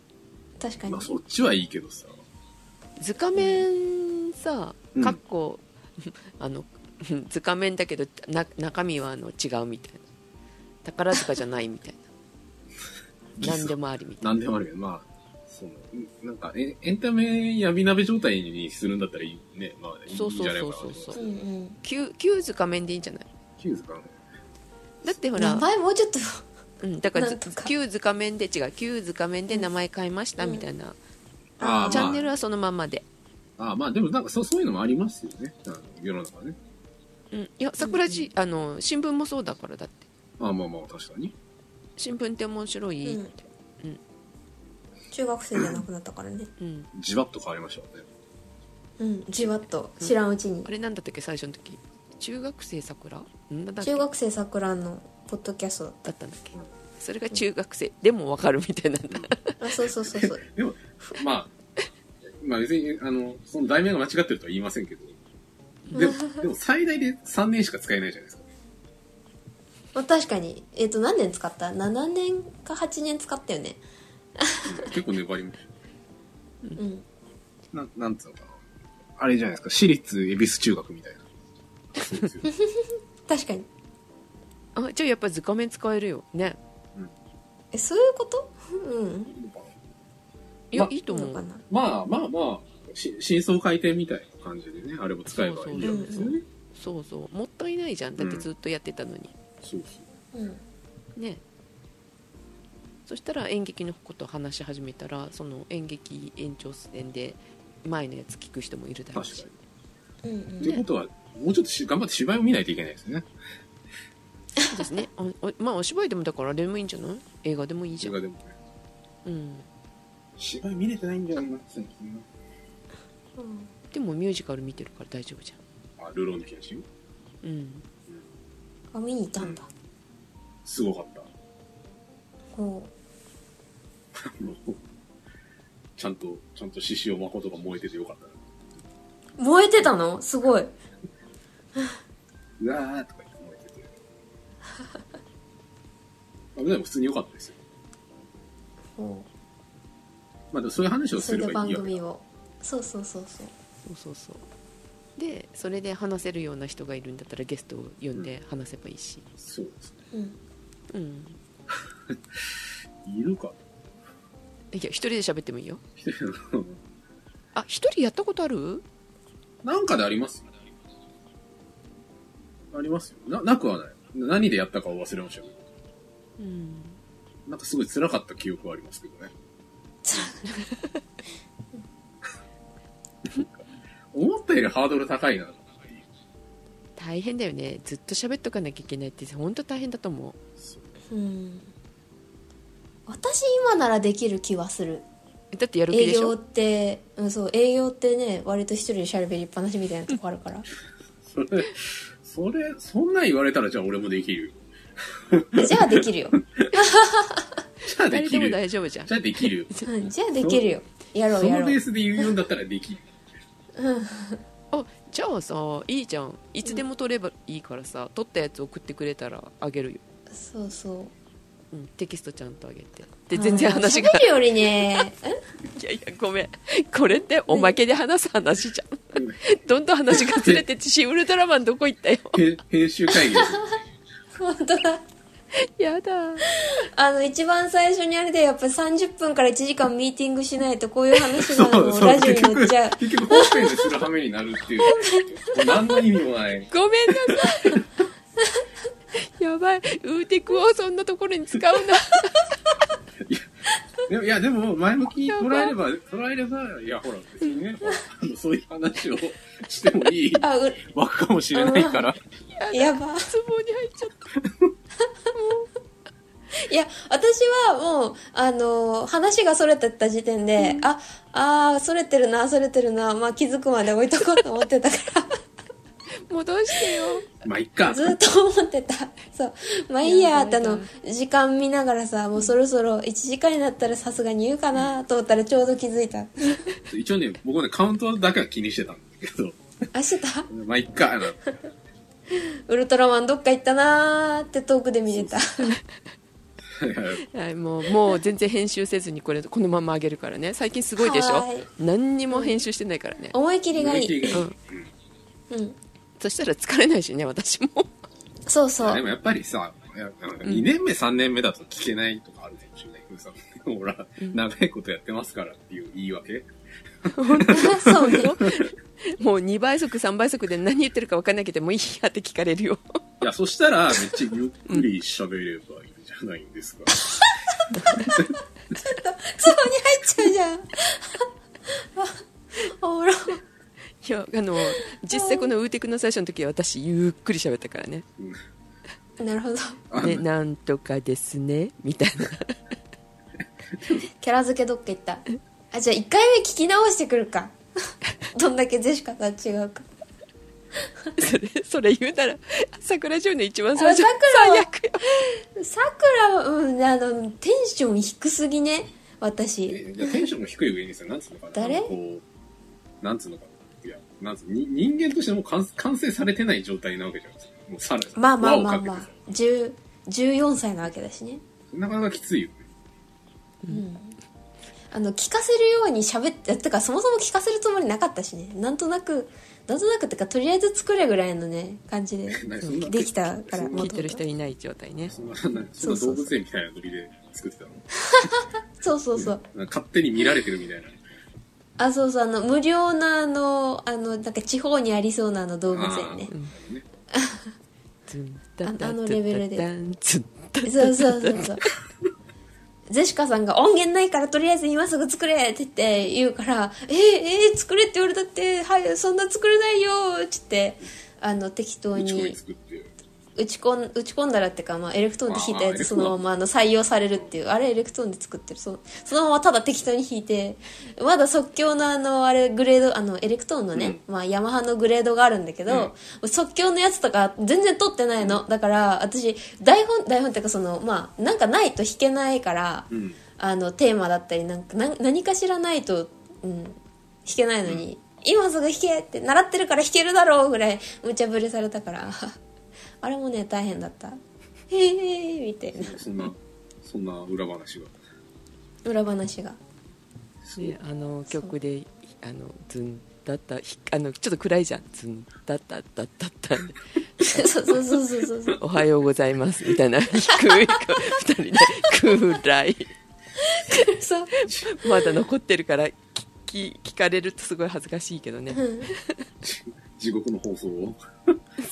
Speaker 3: 確かに
Speaker 2: まあ、そっちはいいけどさ。
Speaker 1: 図仮面さ
Speaker 2: うん
Speaker 1: かっこ、 あの 図仮面だけどな中身はあの違うみたいな宝塚じゃないみたい な何でもありみたいな
Speaker 2: なんでもあるけど、まあ、その、んなんかエン、エンタメ闇鍋状態にするんだったらいいね。まあ、いいんじ
Speaker 1: そうそう
Speaker 2: ゃないか
Speaker 1: そ
Speaker 2: な
Speaker 1: う
Speaker 2: と
Speaker 1: そ
Speaker 2: 思
Speaker 1: う
Speaker 2: います。
Speaker 1: そう
Speaker 3: うんうん
Speaker 1: 旧旧図仮面でいいんじゃない
Speaker 2: キューズかな
Speaker 1: だってほ
Speaker 3: 名
Speaker 1: ら、
Speaker 3: 前もうちょっと
Speaker 1: うん、だからず
Speaker 3: なんとか
Speaker 1: 旧図仮面で違う旧図仮面で名前変えましたみたいな、
Speaker 2: あー
Speaker 1: チャンネル
Speaker 2: ま
Speaker 1: はそのままで、
Speaker 2: あ、あーまあ、でもなんかそうそういうのもありますよね。あの世の中ね。
Speaker 1: うん、いや桜地、あの新聞もそうだからだって
Speaker 2: まあまあまあ、確かに。
Speaker 1: 新聞って面白い、
Speaker 3: う
Speaker 1: うん
Speaker 3: ん中学生じゃなくなったからね
Speaker 2: じわっと変わりましたよね。
Speaker 3: うんじわっと知らんうちに
Speaker 1: あれなんだったっけ最初の時中学生桜んなんだっけ
Speaker 3: 中学生さくらのポッドキャストだっ
Speaker 1: だったんだっけそれが中学生でもわかるみたいなんだ
Speaker 3: たあそうそうそうそう
Speaker 2: でも、まあ、 まあ別に、あの、その題名が間違ってるとは言いませんけど。でも、でも最大で3年しか使えないじゃないですか。
Speaker 3: まあ確かにえっ、と何年使った7年か8年使ったよね
Speaker 2: 結構粘りも。
Speaker 3: うん
Speaker 2: なん、なんつうのかな。あれじゃないですか。私立恵比寿中学みたいな。 そうですよ。
Speaker 3: 確かに
Speaker 1: あじゃあやっぱ図仮面使えるよね
Speaker 3: えそういうことうん
Speaker 1: いや、
Speaker 2: ま
Speaker 1: いいと
Speaker 3: どう
Speaker 1: 思
Speaker 3: のか
Speaker 1: う
Speaker 3: な
Speaker 2: まあまあまあ、し真相回転みたいな感じでね、あれも使えばいいわけですよね。
Speaker 1: そうそうもったいないじゃんだってずっとやってたのに、
Speaker 2: そう
Speaker 3: うん
Speaker 1: ねそしたら演劇のことを話し始めたらその演劇延長戦で前のやつ聞く人もいるだろうし
Speaker 2: 確
Speaker 3: うんう
Speaker 2: そう。って
Speaker 3: ん
Speaker 2: ことは、もうちょっとし頑張って芝居を見ないといけないですよね。
Speaker 1: そうですねおおまあお芝居でもだからあれでもいいんじゃない映画でもいいじ
Speaker 2: 映
Speaker 1: ゃん、
Speaker 2: 画でもね。
Speaker 1: うん、
Speaker 2: 芝居見れてないんじゃないか最近は
Speaker 3: うん
Speaker 1: でもミュージカル見てるから大丈夫じ
Speaker 2: あ、ルローニケンシン
Speaker 1: ゃん、うん、
Speaker 3: あ見に行ったんだ
Speaker 2: すごかった。
Speaker 3: ほ
Speaker 2: もうちゃんと、ちゃんと獅子王誠が燃えててよかったな。
Speaker 3: う燃えてたのすごいう
Speaker 2: わーとか言って燃えてて。まあでも普通に良かったですよ。
Speaker 3: ほ
Speaker 2: まあでもそういう話
Speaker 3: う
Speaker 2: を
Speaker 3: そ
Speaker 2: す
Speaker 3: れ
Speaker 2: れ
Speaker 3: で
Speaker 2: ばい
Speaker 3: 番
Speaker 2: いわけ
Speaker 3: 組をそうそうそうそう
Speaker 1: そうそうそうでそれで話せるような人がいるんだったらゲストを呼んで話せばいいし、
Speaker 2: そうですね。
Speaker 3: うん
Speaker 1: うん、
Speaker 2: いるか。
Speaker 1: いや一人で喋ってもいいよ
Speaker 2: 一人の
Speaker 1: あ一人やったことある
Speaker 2: なんかでありますありますよ。な、なくはない。何でやったかを忘れましたけど。
Speaker 1: うん
Speaker 2: なんかすごい辛かった記憶はありますけどね。思ったよりハードル高いな。
Speaker 1: 大変だよねずっと喋っとかなきゃいけないって本当大変だと思う
Speaker 3: うん私今ならできる気はする
Speaker 1: だってやる気
Speaker 3: 営
Speaker 1: でし
Speaker 3: 業っ
Speaker 1: ょ
Speaker 3: て、うん、そう営業ってね割と一人でしゃべりっぱなしみたいなとこあるから
Speaker 2: それ、それ、そんなん言われたらじゃあ俺もできるよ。
Speaker 3: じゃあで きるよ、
Speaker 2: じゃあで
Speaker 1: 誰
Speaker 2: き
Speaker 1: でも
Speaker 2: るよ。
Speaker 1: 大丈夫じゃん
Speaker 2: じゃあできるよ。
Speaker 3: うん、じゃあできるよやろ
Speaker 2: そう
Speaker 3: や
Speaker 2: の
Speaker 3: ろ
Speaker 2: ベ
Speaker 3: う
Speaker 2: ースで言うんだったらできる。
Speaker 1: あじゃあさいいじゃんいつでも撮ればいいからさ撮ったやつ送ってくれたらあげるよ、
Speaker 3: そうそう
Speaker 1: うん、テキストちゃんとあげてで全然話が
Speaker 3: あー喋るよりね
Speaker 1: いやいやごめんこれっておまけで話す話じゃん
Speaker 2: うん
Speaker 1: どんどん話がずれてシウルトラマンどこ行ったよ
Speaker 2: へ編集会議ですよ。
Speaker 3: 本当だ
Speaker 1: やだ
Speaker 3: あの一番最初にあれでやっぱ30分から1時間ミーティングしないとこういう話が
Speaker 2: そ
Speaker 3: も
Speaker 2: う
Speaker 3: う
Speaker 2: そう、
Speaker 3: ラジオ
Speaker 2: 結
Speaker 3: に乗
Speaker 2: 局、
Speaker 3: っちゃう
Speaker 2: 結局本編でする羽目になるっていう。何の意味もない。
Speaker 1: ごめんなさいやばいウーテクをそんなところに使うな
Speaker 2: でもいや、でも、前向きに捉えれば、捉えれば、いや、ほら、別にね、あのそういう話をしてもいい
Speaker 3: あう
Speaker 2: 枠かもしれないから、
Speaker 3: やば
Speaker 1: ツボに入っちゃった
Speaker 3: いや、私はもう、あのー話がそれてった時点で、あ、あー、それてるな、それてるな、まあ気づくまで置いとこうと思ってたか、。
Speaker 1: 戻してよ
Speaker 2: まあ、いっから
Speaker 3: ずっと思ってた。そう。まあいいや、ってあ
Speaker 1: いや
Speaker 3: の
Speaker 1: だ、
Speaker 3: 時間見ながらさ、もうそろそろ1時間になったらさすがに言うかな、と思ったらちょうど気づいた。
Speaker 2: 一応ね、僕ね、カウントだけは気にしてたんだけど、
Speaker 3: あ、してた
Speaker 2: まあ、いっか、な
Speaker 3: ウルトラマンどっか行ったなーって遠くで見れた。
Speaker 1: はい、もうもう全然編集せずにこれこのまま上げるからね最近すごいでしょ
Speaker 3: はい
Speaker 1: 何にも編集してないからね、
Speaker 3: 思い切りがい い、
Speaker 1: うん、
Speaker 3: うん、
Speaker 1: そしたら疲れないしね私も
Speaker 3: そうそ
Speaker 2: で
Speaker 3: う
Speaker 2: もやっぱりさ、いやなんか2年目、3年目だと聞けないとかあるかもしれないけどさ、ほら、
Speaker 1: うん
Speaker 2: 長いことやってますからっていう言い訳。
Speaker 3: そうね
Speaker 1: もう2倍速3倍速で何言ってるか分かんなくてもいいやって聞かれるよ
Speaker 2: いや、そしたら、めっちゃゆっくり喋ればいいじゃないんですか。
Speaker 3: ツボに入っちゃうじゃん おもろ
Speaker 1: いやあの実際このウーテクの最初の時は私ゆっくり喋ったからね
Speaker 2: うん
Speaker 3: なるほ
Speaker 1: 「
Speaker 3: ど
Speaker 1: ねなんとかですね」みたいな
Speaker 3: キャラ付けどっか行ったあじゃあ1回目聞き直してくるか どんだけジェシカさん違うか
Speaker 1: それそれ言うなら桜城の一番最初
Speaker 3: あ桜は
Speaker 1: 最悪よ
Speaker 3: さくらうんあのテンション低すぎね私
Speaker 2: えじゃあテンションも低い上にさ、なんつうのかな。
Speaker 3: 誰
Speaker 2: なんかこう、なんつうのかな。いや、なんつうに人間としてもう完完成されてない状態なわけじゃないですか。もうさら
Speaker 3: まあまあまあ
Speaker 2: 輪を
Speaker 3: ま
Speaker 2: かけ
Speaker 3: あ
Speaker 2: て
Speaker 3: 10 14歳なわけだしね
Speaker 2: さなかなかきついよね。
Speaker 3: あの聞かせるように喋っててかそもそも聞かせるつもりなかったしねなんとなくなんとなくってかとりあえず作れぐらいのね感じで
Speaker 2: なんかそんな
Speaker 3: できたから
Speaker 2: そんな
Speaker 1: 聞いてる人いない状態ね
Speaker 2: そんな、なんかそんな動物園みたいなノリで作ってたの。
Speaker 3: そうそうそう
Speaker 2: なんか勝手に見られてるみたいな。
Speaker 3: あそうそうあの無料なあのあのなんか地方にありそうなあの動物園ね
Speaker 2: あーね
Speaker 1: ツンタタ
Speaker 3: ああのレベルで
Speaker 1: ツンタタンツンタ
Speaker 3: そうそうそうそうゼシカさんが音源ないからとりあえず今すぐ作れって言って言うから、えー、えー、作れって言われたって、はい、そんな作れないよって言って、あの、適当
Speaker 2: 打ち込み
Speaker 3: に
Speaker 2: 作って。
Speaker 3: 打ち込ん打ち込んだらっていうか、まあ、エレクトーンで弾いたや
Speaker 2: あー
Speaker 3: つそのままあの採用されるっていうあれエレクトーンで作ってるそうそのままただ適当に弾いてまだ即興のあのあれグレードあのエレクトーンのね、まあ、ヤマハのグレードがあるんだけど、即興のやつとか全然取ってないのだから私台本台本っていうかそのまあなんかないと弾けないから、
Speaker 2: うん。
Speaker 3: あのテーマだったりなんかな何かしらないと、うん、弾けないのに、今すぐ弾けって習ってるから弾けるだろうぐらい無茶ぶりされたから あれもね大変だったへえみたいな
Speaker 2: そんな、そんな裏話が。
Speaker 3: 裏話 が
Speaker 1: ね、あの曲で「あのズンだった」ひあのちょっと暗いじゃん「ズンだっただっただった」
Speaker 3: そうそうそうそうそうそう
Speaker 1: おはようございます」みたいな低い声二人で暗い
Speaker 3: そう
Speaker 1: まだ残ってるから聞き聞かれるとすごい恥ずかしいけどね
Speaker 3: うん
Speaker 2: 地獄の放送を。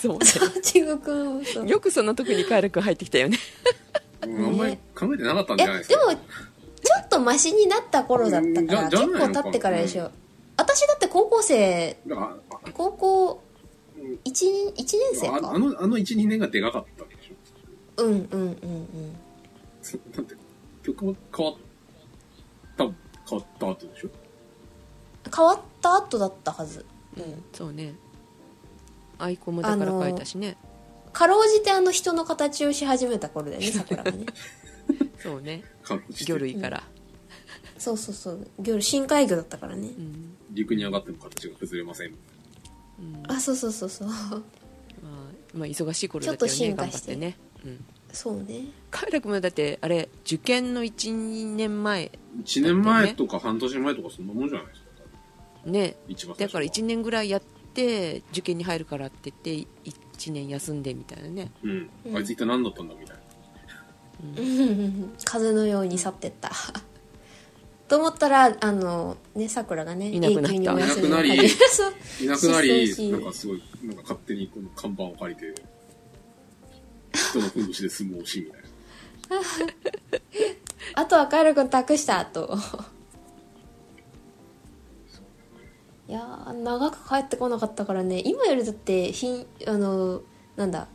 Speaker 1: そう
Speaker 3: そう地獄のそう
Speaker 1: ねよくその時にカエル君入ってきたよね
Speaker 2: うんあんまり考えてなかったんじ
Speaker 3: え
Speaker 2: ゃないです
Speaker 3: で
Speaker 2: か。
Speaker 3: もちょっとマシになった頃だったから
Speaker 2: うんじゃじゃ
Speaker 3: 結
Speaker 2: ないのか
Speaker 3: 構経ってからでしょ、私だって高校生
Speaker 2: だからあ
Speaker 3: 高校
Speaker 2: うん
Speaker 3: 1年一年生
Speaker 2: ああ
Speaker 3: か
Speaker 2: の、あの1、2年がでかかったんでしょ。
Speaker 3: うんうんうんうん
Speaker 2: そなんて、曲も変わった、変わった後でしょ
Speaker 3: 変わった後だったはず、
Speaker 1: そうねアイコンもだから書いたしね
Speaker 3: かろうじてあの人の形をし始めた頃だよね 桜がね
Speaker 1: そうね
Speaker 2: 彼女
Speaker 1: 魚類から、
Speaker 3: そうそうそう魚深海魚だったからね、
Speaker 1: うん
Speaker 2: 陸に上がっても形が崩れません。
Speaker 1: うんまあ
Speaker 3: あそうそうそう そう
Speaker 1: まあ、忙しい頃だったよ
Speaker 3: ちょ
Speaker 1: ね
Speaker 3: っと
Speaker 1: 頑
Speaker 3: 進化
Speaker 1: 張っ
Speaker 3: して
Speaker 1: てね、うん、
Speaker 3: そうね
Speaker 1: カエル君もだってあれ受験の12年前
Speaker 2: 1年前とか半年前とかそんなもんじゃないですか。
Speaker 1: ね
Speaker 2: 一番最
Speaker 1: だ
Speaker 2: 初
Speaker 1: から1年ぐらいやって受験に入るからって言って1年休んでみたいなね
Speaker 2: うん。あいつ一体何だったんだみたいな。
Speaker 3: 風のように去ってった と思ったらあのね桜がね
Speaker 1: いなくなった
Speaker 3: お休みを
Speaker 2: いなくなり
Speaker 3: 始め そう
Speaker 2: いなくな
Speaker 3: 失踪
Speaker 2: り、
Speaker 3: し
Speaker 2: なんかすごい、なんか勝手にこの看板を借りて、人のふんどしで相撲をし、みたいな。
Speaker 3: あとはカエル君託したといやー長く帰ってこなかったからね今よりだってひんあのなんだ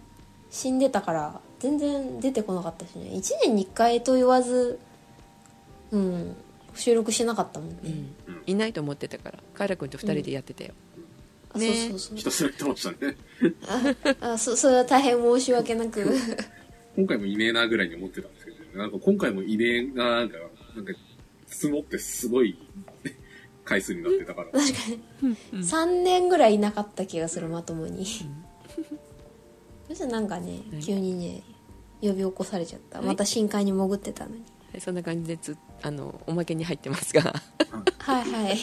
Speaker 3: 死んでたから全然出てこなかったしね1年に1回と言わずうん収録しなかったもんね、
Speaker 1: うん
Speaker 2: うん
Speaker 1: いないと思ってたからカイラ君と2人でやってたよ、
Speaker 3: あ
Speaker 1: ね
Speaker 3: そうそう
Speaker 2: ひ
Speaker 3: そう
Speaker 2: たすら言ってましたね。
Speaker 3: あそそれは大変申し訳なく
Speaker 2: 今回もいねえなぐらいに思ってたんですけど、ね、なんか今回もいねえなが、なんか、積もってすごい回数になって たから。
Speaker 3: 確かに3年ぐらいいなかった気がするまともにそしたらなんかね
Speaker 1: ね
Speaker 3: 急にね呼び起こされちゃった、
Speaker 1: はい
Speaker 3: また深海に潜ってたのに
Speaker 1: はいそんな感じでつあのおまけに入ってますが
Speaker 3: はいはい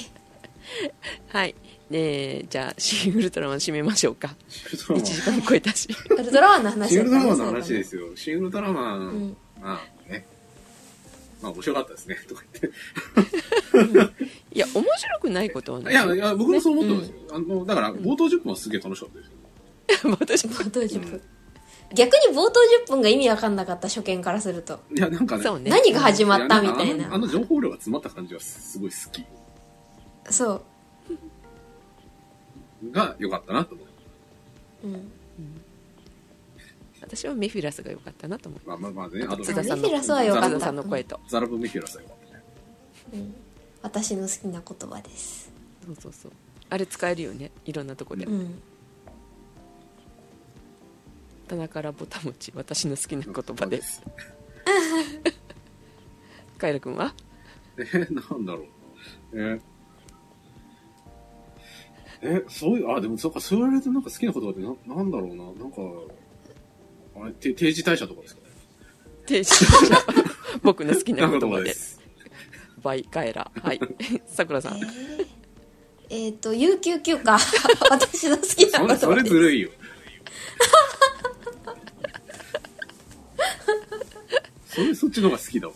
Speaker 1: はい、ねえ、じゃあ「シン・ウルトラマン」締めましょうか
Speaker 2: シン・ウ
Speaker 1: 1
Speaker 2: ルトラマン。
Speaker 1: 時間超えたし
Speaker 3: ウルトラマンの話
Speaker 2: シン・ウルトラマンの
Speaker 3: だったね
Speaker 2: 話ですよ。シン・ウルトラマン、
Speaker 3: うん
Speaker 2: まあね。まあ面白かったですね、とか言って。
Speaker 1: いや面白くないことはない
Speaker 2: い
Speaker 1: よ
Speaker 2: や、いや僕もそう思ったんですよ。あの、だから、冒頭10分はすげえ楽しかったですよ。
Speaker 1: うん 私も
Speaker 3: 冒頭10分、
Speaker 2: うん
Speaker 3: 逆に冒頭10分が意味わかんなかった初見からすると
Speaker 2: いや、なんかね。
Speaker 1: そうね
Speaker 3: 何が始まった
Speaker 2: い
Speaker 3: み
Speaker 2: やんか
Speaker 3: たい
Speaker 2: あ
Speaker 3: な
Speaker 2: のあの情報量が詰まった感じはすごい好き。
Speaker 3: そ
Speaker 2: が良かったなと思う。
Speaker 3: う、うん、
Speaker 1: 私はメフィラスが良かったなと思う
Speaker 2: まあまあまあね、あと
Speaker 1: 津田さんの
Speaker 3: メフィラスは良かった
Speaker 1: 津田さんの声と、
Speaker 2: ザラブメフィラスは良かったね。
Speaker 3: 私の好きな言葉です
Speaker 1: そうそうそうあれ使えるよねいろんなとこで、
Speaker 3: うん
Speaker 1: 棚からぼたもち私の好きな言葉で
Speaker 2: そ
Speaker 1: すカイラ君は
Speaker 2: うです。え、なんだろう。ええ、そういう、あ、でも、そうか、そう言われるとなんか好きな言葉ってな、なんだろうな、なんか、あれ、て定時退社とかですかね。
Speaker 1: 停止僕の好きな言葉で
Speaker 2: です。
Speaker 1: バイカエラはいさくらさん
Speaker 3: えー、と有給 休暇私の好きな
Speaker 2: それ、
Speaker 3: 言葉です
Speaker 2: それずるいよ。 それ、そっちの方が好きだわ。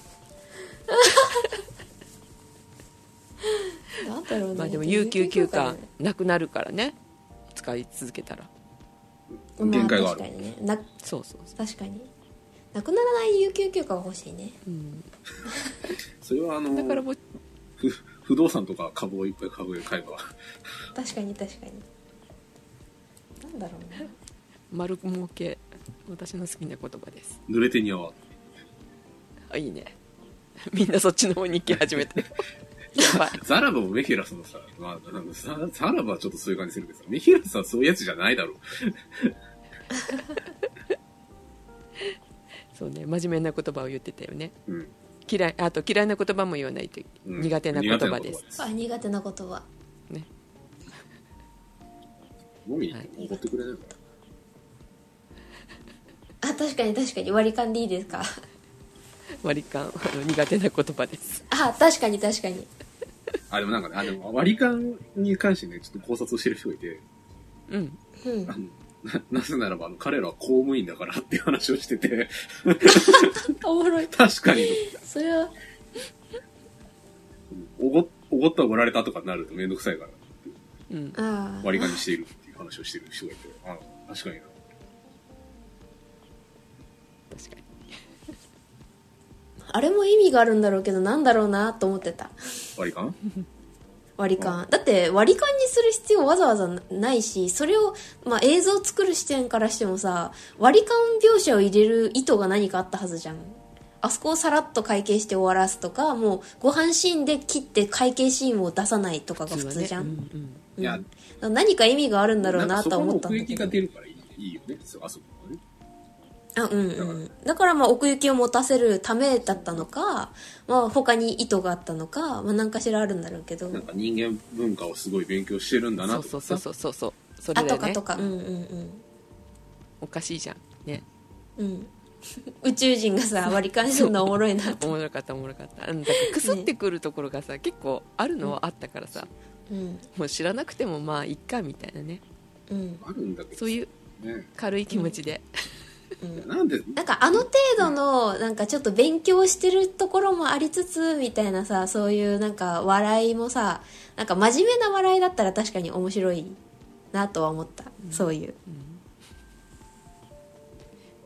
Speaker 3: なんだろうね
Speaker 1: まあでも有給休暇なくなるからね使い続けたら
Speaker 2: 限界がある
Speaker 3: ま確かにねな
Speaker 1: そうそうそ
Speaker 3: 確かになくならない有給休暇が欲しいね
Speaker 1: う、うん、
Speaker 2: それはあの、
Speaker 1: だからぼ
Speaker 2: ふ不動産とか株をいっぱい株買えば、
Speaker 3: 確かに確かになんだろうね
Speaker 1: 丸儲け私の好きな言葉です
Speaker 2: 濡れてには
Speaker 1: あいいねみんなそっちの方に行き始め てやばい
Speaker 2: ザラバもメヒラスもさ、まあ、なんかザザラバはちょっとそういう感じするけどさ、メヒラスはそういうやつじゃないだろう。
Speaker 1: そうね真面目な言葉を言ってたよね
Speaker 2: うん
Speaker 1: 嫌いあと嫌いな言葉も言わないと
Speaker 2: うん
Speaker 1: 苦手な言葉です、
Speaker 2: 苦手
Speaker 3: あ苦手な言葉
Speaker 1: ね
Speaker 2: 飲みに行っても怒ってくれないか
Speaker 3: あ確かに確かに割り勘でいいですか
Speaker 1: 割り勘あの苦手な言葉です
Speaker 3: あ確かに確かに
Speaker 2: なあ、でもなんかね、あ、でも割り勘に関してね、ちょっと考察をしてる人がいて、
Speaker 1: うん
Speaker 3: うん
Speaker 2: あの、な、なぜならば、あの、彼らは公務員だからっていう話をしてて、
Speaker 3: おもろい
Speaker 2: 確かに、
Speaker 3: それは
Speaker 2: おご、おごったおごられたとかになるとめんどくさいから、
Speaker 1: うん
Speaker 3: ああ
Speaker 2: 割り勘にしているっていう話をしてる人がいて、あ、確かにな。
Speaker 1: 確かに
Speaker 3: あれも意味があるんだろうけどなんだろうなと思ってた
Speaker 2: 割り勘
Speaker 3: 割り勘だって割り勘にする必要わざわざないしそれを、まあ、映像を作る視点からしてもさ割り勘描写を入れる意図が何かあったはずじゃんあそこをさらっと会計して終わらすとかもうご飯シーンで切って会計シーンを出さないとかが普通じゃん、
Speaker 1: 普通はねうん
Speaker 2: いや
Speaker 3: うんだから何か意味があるんだろ
Speaker 2: な
Speaker 3: う
Speaker 2: ん
Speaker 3: な
Speaker 2: かそ
Speaker 3: とは
Speaker 2: この
Speaker 3: 思ったん
Speaker 2: 奥
Speaker 3: だ
Speaker 2: 行
Speaker 3: け
Speaker 2: きが
Speaker 3: ど
Speaker 2: 出るからいいいいよね、そうあそこはね。
Speaker 3: あうんうん、だからまあ奥行きを持たせるためだったのか、まあ、他に意図があったのか、まあ、何かしらあるんだろうけど
Speaker 2: なんか人間文化をすごい勉強してるん
Speaker 1: う
Speaker 2: だ
Speaker 1: ん
Speaker 2: な
Speaker 1: そうそうそうそうそうそ
Speaker 3: あ
Speaker 1: れだ
Speaker 3: と
Speaker 1: よ
Speaker 3: か
Speaker 1: ね
Speaker 3: とかうんうん
Speaker 1: おかしいじゃんね
Speaker 3: うんうん宇宙人がさ割り勘するのおもろいな
Speaker 1: お
Speaker 3: と、
Speaker 1: もろかったおもろかったうんだからくすってくるところがさ、結構あるのはあったからさ、
Speaker 3: うん
Speaker 1: もう知らなくてもまあいっかみたいなね
Speaker 3: うん
Speaker 2: あるんだけど
Speaker 1: そういう
Speaker 2: ね。
Speaker 1: 軽い気持ちで、
Speaker 3: うん、
Speaker 2: なんで、
Speaker 3: なんかあの程度のなんかちょっと勉強してるところもありつつみたいなさそういうなんか笑いもさなんか真面目な笑いだったら確かに面白いなとは思った、そういう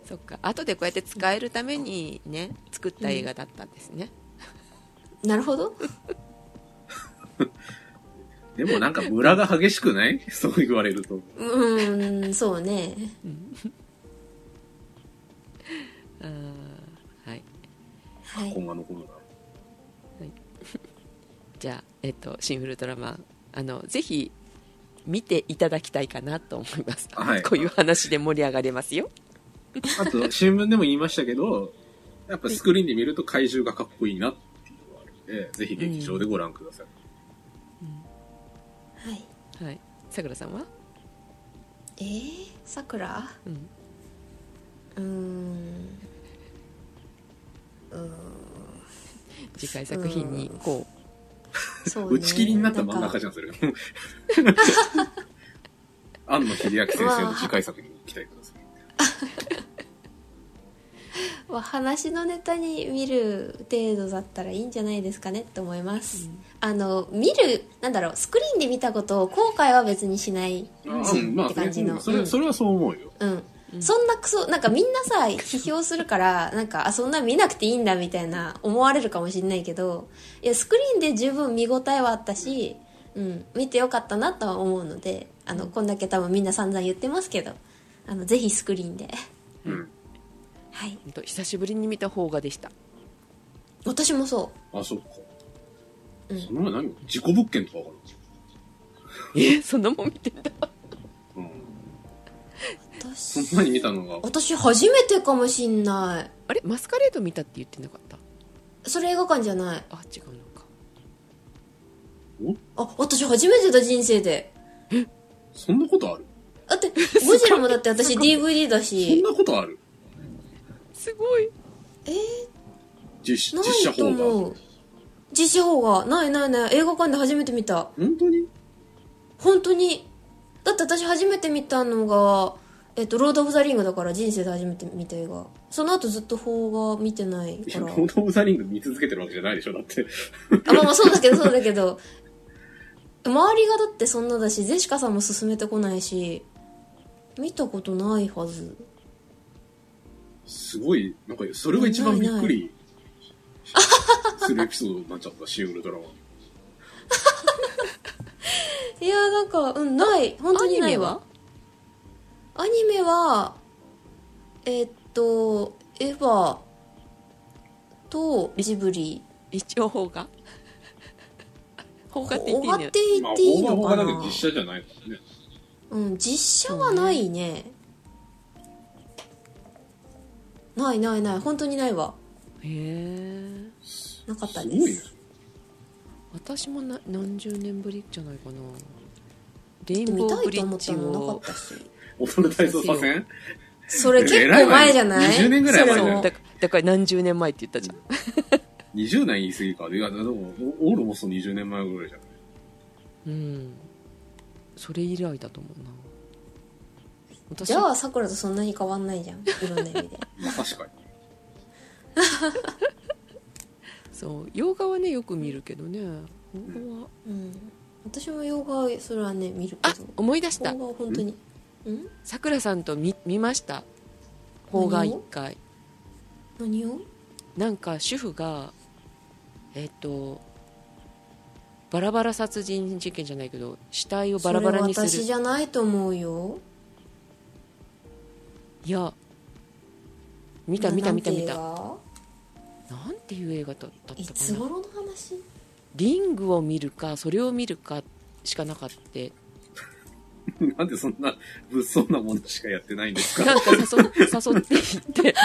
Speaker 1: そっか後でこうやって使えるためにね作った映画だったんですね、
Speaker 3: なるほど
Speaker 2: でもなんかムラが激しくない そう言われると。
Speaker 3: うーんそうね
Speaker 1: あーはい
Speaker 3: はい
Speaker 2: 今後のコーナー。
Speaker 1: じゃあ、えっと、シン・ウルトラマンあのぜひ見ていただきたいかなと思います、
Speaker 2: はい
Speaker 1: こういう話で盛り上がれますよ
Speaker 2: あと、新聞でも言いましたけど、やっぱスクリーンで見ると怪獣がかっこいいなっていうのがあるので、ぜひ劇場でご覧ください。
Speaker 1: は
Speaker 3: はい
Speaker 1: いさくらさんは、
Speaker 3: えー、さくら
Speaker 1: うん、
Speaker 3: うーん
Speaker 1: 次回作品にこう
Speaker 3: そうね
Speaker 2: 打ち切りになった漫画家
Speaker 3: ん
Speaker 2: じゃん、それ。 安野秀明先生の次回作に期待ください。
Speaker 3: かまあ話のネタに見る程度だったらいいんじゃないですかねって思います、あの見るなんだろうスクリーンで見たことを後悔は別にしない
Speaker 2: あうん、ま
Speaker 3: っ
Speaker 2: あ
Speaker 3: て感じ
Speaker 2: ね、
Speaker 3: の、
Speaker 2: うんそれ
Speaker 3: うん
Speaker 2: それはそう思うよ。
Speaker 3: うん
Speaker 1: うん
Speaker 3: そんなクソなんかみんなさ批評するからなんかあそんな見なくていいんだみたいな思われるかもしれないけどいやスクリーンで十分見応えはあったし、うん、見てよかったなとは思うのであのこんだけ多分みんな散々言ってますけどあのぜひスクリーンで
Speaker 2: うん。
Speaker 3: はい
Speaker 1: ほんと久しぶりに見た邦画でした
Speaker 3: 私もそ
Speaker 2: あ、そっか。
Speaker 3: うん
Speaker 2: その前何事故物件とかわかる
Speaker 1: え そんなもん見てた
Speaker 2: うん。
Speaker 3: う
Speaker 2: その
Speaker 3: 私
Speaker 2: 前に見たのが、
Speaker 3: 私初めてかもしんない
Speaker 1: あれマスカレード見たって言ってなかった
Speaker 3: それ映画館じゃない
Speaker 1: あ違うのか
Speaker 3: あ私初めてだ人生で
Speaker 2: そんなことある
Speaker 3: だってゴジラもだって私 DVD だ
Speaker 2: そん
Speaker 3: し
Speaker 2: なことある
Speaker 1: すごい
Speaker 3: えー、
Speaker 2: 実
Speaker 3: な
Speaker 2: 実写
Speaker 3: いと
Speaker 2: 放が。
Speaker 3: 思う実写法がないないない映画館で初めて見た
Speaker 2: 本当に
Speaker 3: 本当にだって私初めて見たのがえっと、ロード・オブ・ザ・リングだから人生で初めて見た映画その後ずっと法が見てない
Speaker 2: い
Speaker 3: か
Speaker 2: や、
Speaker 3: ら
Speaker 2: ロード・オブ・ザ・リング見続けてるわけじゃないでしょ、だって。
Speaker 3: あまあまあそうだけどそうだけど周りがだってそんなだしゼシカさんも勧めてこないし見たことないはず
Speaker 2: すごい、なんか、それが一番びっくりするエピソードになっちゃった、シン・ウルトラマン。
Speaker 3: いやなんかうんない本当にないわアニメはえーっとエヴァとジブリ
Speaker 1: 一応邦 画邦画って言っていい
Speaker 3: 終
Speaker 1: ね
Speaker 3: わっていっていいの
Speaker 2: ま
Speaker 3: か
Speaker 2: あ、
Speaker 3: な、
Speaker 2: 邦画は邦画だけど実写じゃないからね。
Speaker 3: うん、実写はないねないないない本当にないわ
Speaker 1: へえ
Speaker 3: なかった
Speaker 2: す
Speaker 3: で
Speaker 2: ご
Speaker 3: す
Speaker 2: いね。
Speaker 1: 私もな何十年ぶりじゃないかなレイン
Speaker 3: 見
Speaker 1: ボ
Speaker 3: た
Speaker 1: ーブ
Speaker 3: い
Speaker 1: リ
Speaker 3: と思
Speaker 1: ッ
Speaker 3: った
Speaker 1: ジ
Speaker 3: のもなか
Speaker 1: を
Speaker 3: ったし
Speaker 2: 踊る体操させん
Speaker 3: それ結構前じゃない
Speaker 2: えらい前20年ぐらい前だよ
Speaker 3: それ
Speaker 1: だ
Speaker 3: も
Speaker 1: かだから何十年前って言ったじゃん
Speaker 2: ?20 年言い過ぎか。いや、でも、オールモス20年前ぐらいじゃない
Speaker 1: うんそれ以来だと思うな私
Speaker 3: じゃあさくらとそんなに変わんないじゃんいろんな意味で
Speaker 2: まあ、確かに。
Speaker 1: そう洋画はねよく見るけどね邦画は
Speaker 3: うん私も洋画はそれはね見るけ
Speaker 1: あ
Speaker 3: ど
Speaker 1: 思い出した
Speaker 3: 邦画は本当にん
Speaker 1: さくらさんと見見ました邦画
Speaker 3: 何
Speaker 1: 一
Speaker 3: を
Speaker 1: 回
Speaker 3: 何を
Speaker 1: なんか主婦がえっ、とバラバラ殺人事件じゃないけど死体をバラバラにす
Speaker 3: それ私
Speaker 1: る
Speaker 3: じゃないと思うよ
Speaker 1: いや見た見た見た見た
Speaker 3: た
Speaker 1: なんていう映画だったか
Speaker 3: いつ
Speaker 1: な
Speaker 3: 頃の話
Speaker 1: リングを見るかそれを見るかしかなかって
Speaker 2: なんでそんな物騒なものしかやってないんですか
Speaker 1: なんか誘誘っていって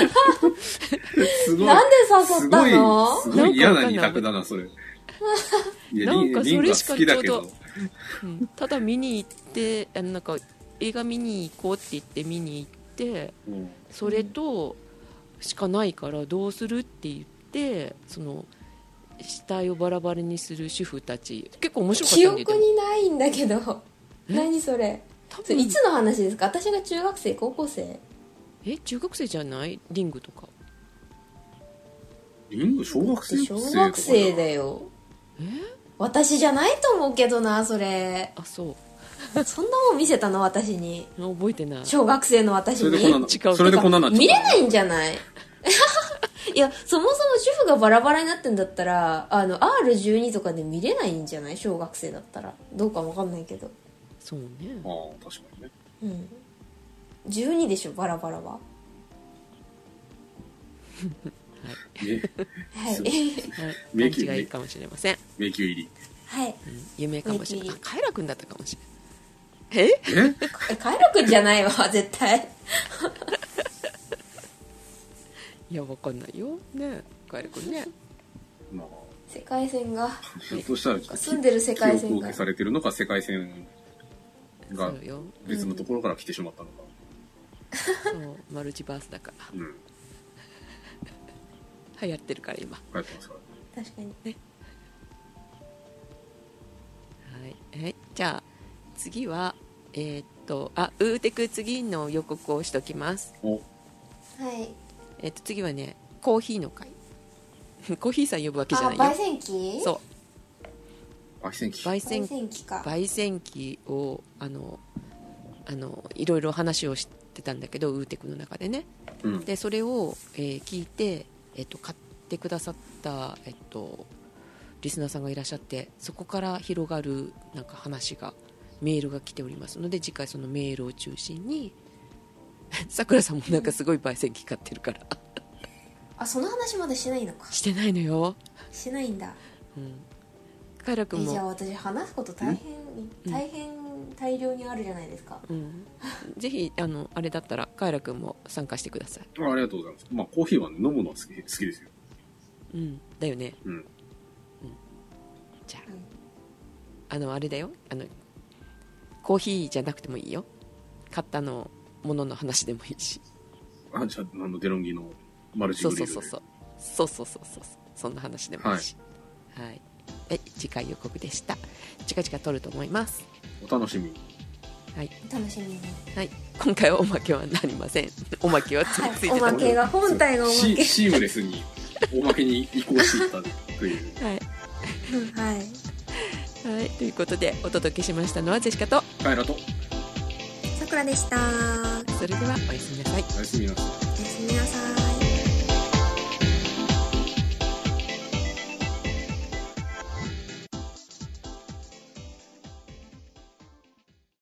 Speaker 2: すごい。
Speaker 3: なんで誘
Speaker 2: す
Speaker 3: った
Speaker 2: ごい、
Speaker 3: の
Speaker 2: すごい嫌な二択だな、それ。いや、リン
Speaker 1: なんか
Speaker 2: リン
Speaker 1: そ
Speaker 2: グ
Speaker 1: れ
Speaker 2: は
Speaker 1: しか
Speaker 2: 好きだけ
Speaker 1: ちょう
Speaker 2: ど。
Speaker 1: うんただ見に行ってあのなんか映画見に行こうって言って見に行って
Speaker 2: うん
Speaker 1: それとしかないからどうするって言ってその死体をバラバラにする主婦たち結構面白かっ
Speaker 3: 記
Speaker 1: たんで
Speaker 3: 憶にないんだけど何それ
Speaker 1: 多
Speaker 3: それ
Speaker 1: 分
Speaker 3: いつの話ですか私が中学生高校生
Speaker 1: え中学生じゃないリングとか
Speaker 2: リング小学生
Speaker 3: 小学生だ
Speaker 2: よ。
Speaker 3: よ
Speaker 1: え
Speaker 3: 私じゃないと思うけどなそれ
Speaker 1: あそう
Speaker 3: そんなもん見せたの私に
Speaker 1: 覚えてない
Speaker 3: 小学生の私
Speaker 2: それでこんな
Speaker 3: に
Speaker 2: の、
Speaker 1: 違う
Speaker 2: それでこんなの
Speaker 3: 見れないんじゃない いやそもそも主婦がバラバラになってんだったらあの R12 とかで見れないんじゃない小学生だったらどうかわかんないけど
Speaker 1: そうね
Speaker 2: ああ、確かにね。
Speaker 3: うん12でしょバラバラは
Speaker 2: ね
Speaker 3: はい
Speaker 2: そう
Speaker 1: はい
Speaker 2: 迷宮
Speaker 1: 勘違いかもしれません、
Speaker 2: 迷宮入り。
Speaker 3: はい
Speaker 1: うん夢かもしれ
Speaker 3: 迷
Speaker 1: ない
Speaker 3: 宮
Speaker 1: カエラ君だったかもしれないえ
Speaker 2: え
Speaker 3: えカエルくんじゃないわ絶対
Speaker 1: いやわかんないよねカエラ君ね
Speaker 2: まあ、
Speaker 3: 世界線が
Speaker 2: ひょっとしたら、
Speaker 3: 住んでる世界
Speaker 2: 記憶
Speaker 3: 線
Speaker 2: を
Speaker 3: が
Speaker 2: 消されてるのか、世界線
Speaker 1: そ
Speaker 2: が
Speaker 1: うよ
Speaker 2: 別のところから来てしまったのか。
Speaker 1: そうマルチバースだから
Speaker 2: うん。
Speaker 1: 流行ってるから今
Speaker 2: 書いてますから。
Speaker 3: 確かに
Speaker 1: はい、はい、じゃあ次はえーっとあウーテク次の予告をしときます
Speaker 2: お、
Speaker 3: はい
Speaker 1: えーっと次はねコーヒーの会 コーヒーさん呼ぶわけじゃ
Speaker 3: あ
Speaker 1: ない
Speaker 3: 焙
Speaker 1: よ
Speaker 3: 煎機
Speaker 1: そう
Speaker 2: あ、非戦記。
Speaker 1: 焙
Speaker 3: 焙
Speaker 1: 煎
Speaker 3: 煎機か
Speaker 1: 焙煎機をあのあのいろいろ話をしてたんだけどウーテクの中でね
Speaker 2: うん。
Speaker 1: でそれを、えー聞いて、えっと買ってくださった、えっとリスナーさんがいらっしゃってそこから広がるなんか話がメールが来ておりますので次回そのメールを中心に さくらさんもなんかすごい焙煎機買ってるから
Speaker 3: あその話までしないの か
Speaker 1: してないのよ、
Speaker 3: しないんだ
Speaker 1: うん、カイラ
Speaker 3: え
Speaker 1: 君
Speaker 3: じゃあ
Speaker 1: も、
Speaker 3: 私話すこと大変大変大量にあるじゃないですか
Speaker 1: うん、ぜひあのあれだったらカイラ君も参加してください、
Speaker 2: あありがとうございます。まあ、コーヒーはね、飲むのは好き好きですよ。
Speaker 1: うん、だよね
Speaker 2: うん。
Speaker 1: じゃああのあれだよあのコーヒーじゃなくてもいいよ買ったのものの話でもいいし
Speaker 2: あ、じゃあ、あの、デロンギのマルチ
Speaker 1: そ
Speaker 2: グ
Speaker 1: う
Speaker 2: リル
Speaker 1: そう
Speaker 2: で。
Speaker 1: そうそうそうそうそうそうそんな話でもいいしはい、え次回予告でした近々撮ると思います
Speaker 2: お楽しみに。
Speaker 3: うん楽しみに
Speaker 1: はい今回はおまけはなりません おまけはついついて
Speaker 3: お
Speaker 1: た
Speaker 3: まけが本体のおま
Speaker 2: シ
Speaker 3: け
Speaker 2: シームレスに、おまけに移行していったという。
Speaker 1: はい、
Speaker 3: うんはい
Speaker 1: はい、ということでお届けしましたのはジェシカと
Speaker 2: カエラと、
Speaker 3: さくらでした
Speaker 1: それではおやすみなさい
Speaker 2: おやすみなさい。
Speaker 3: おやすみなさい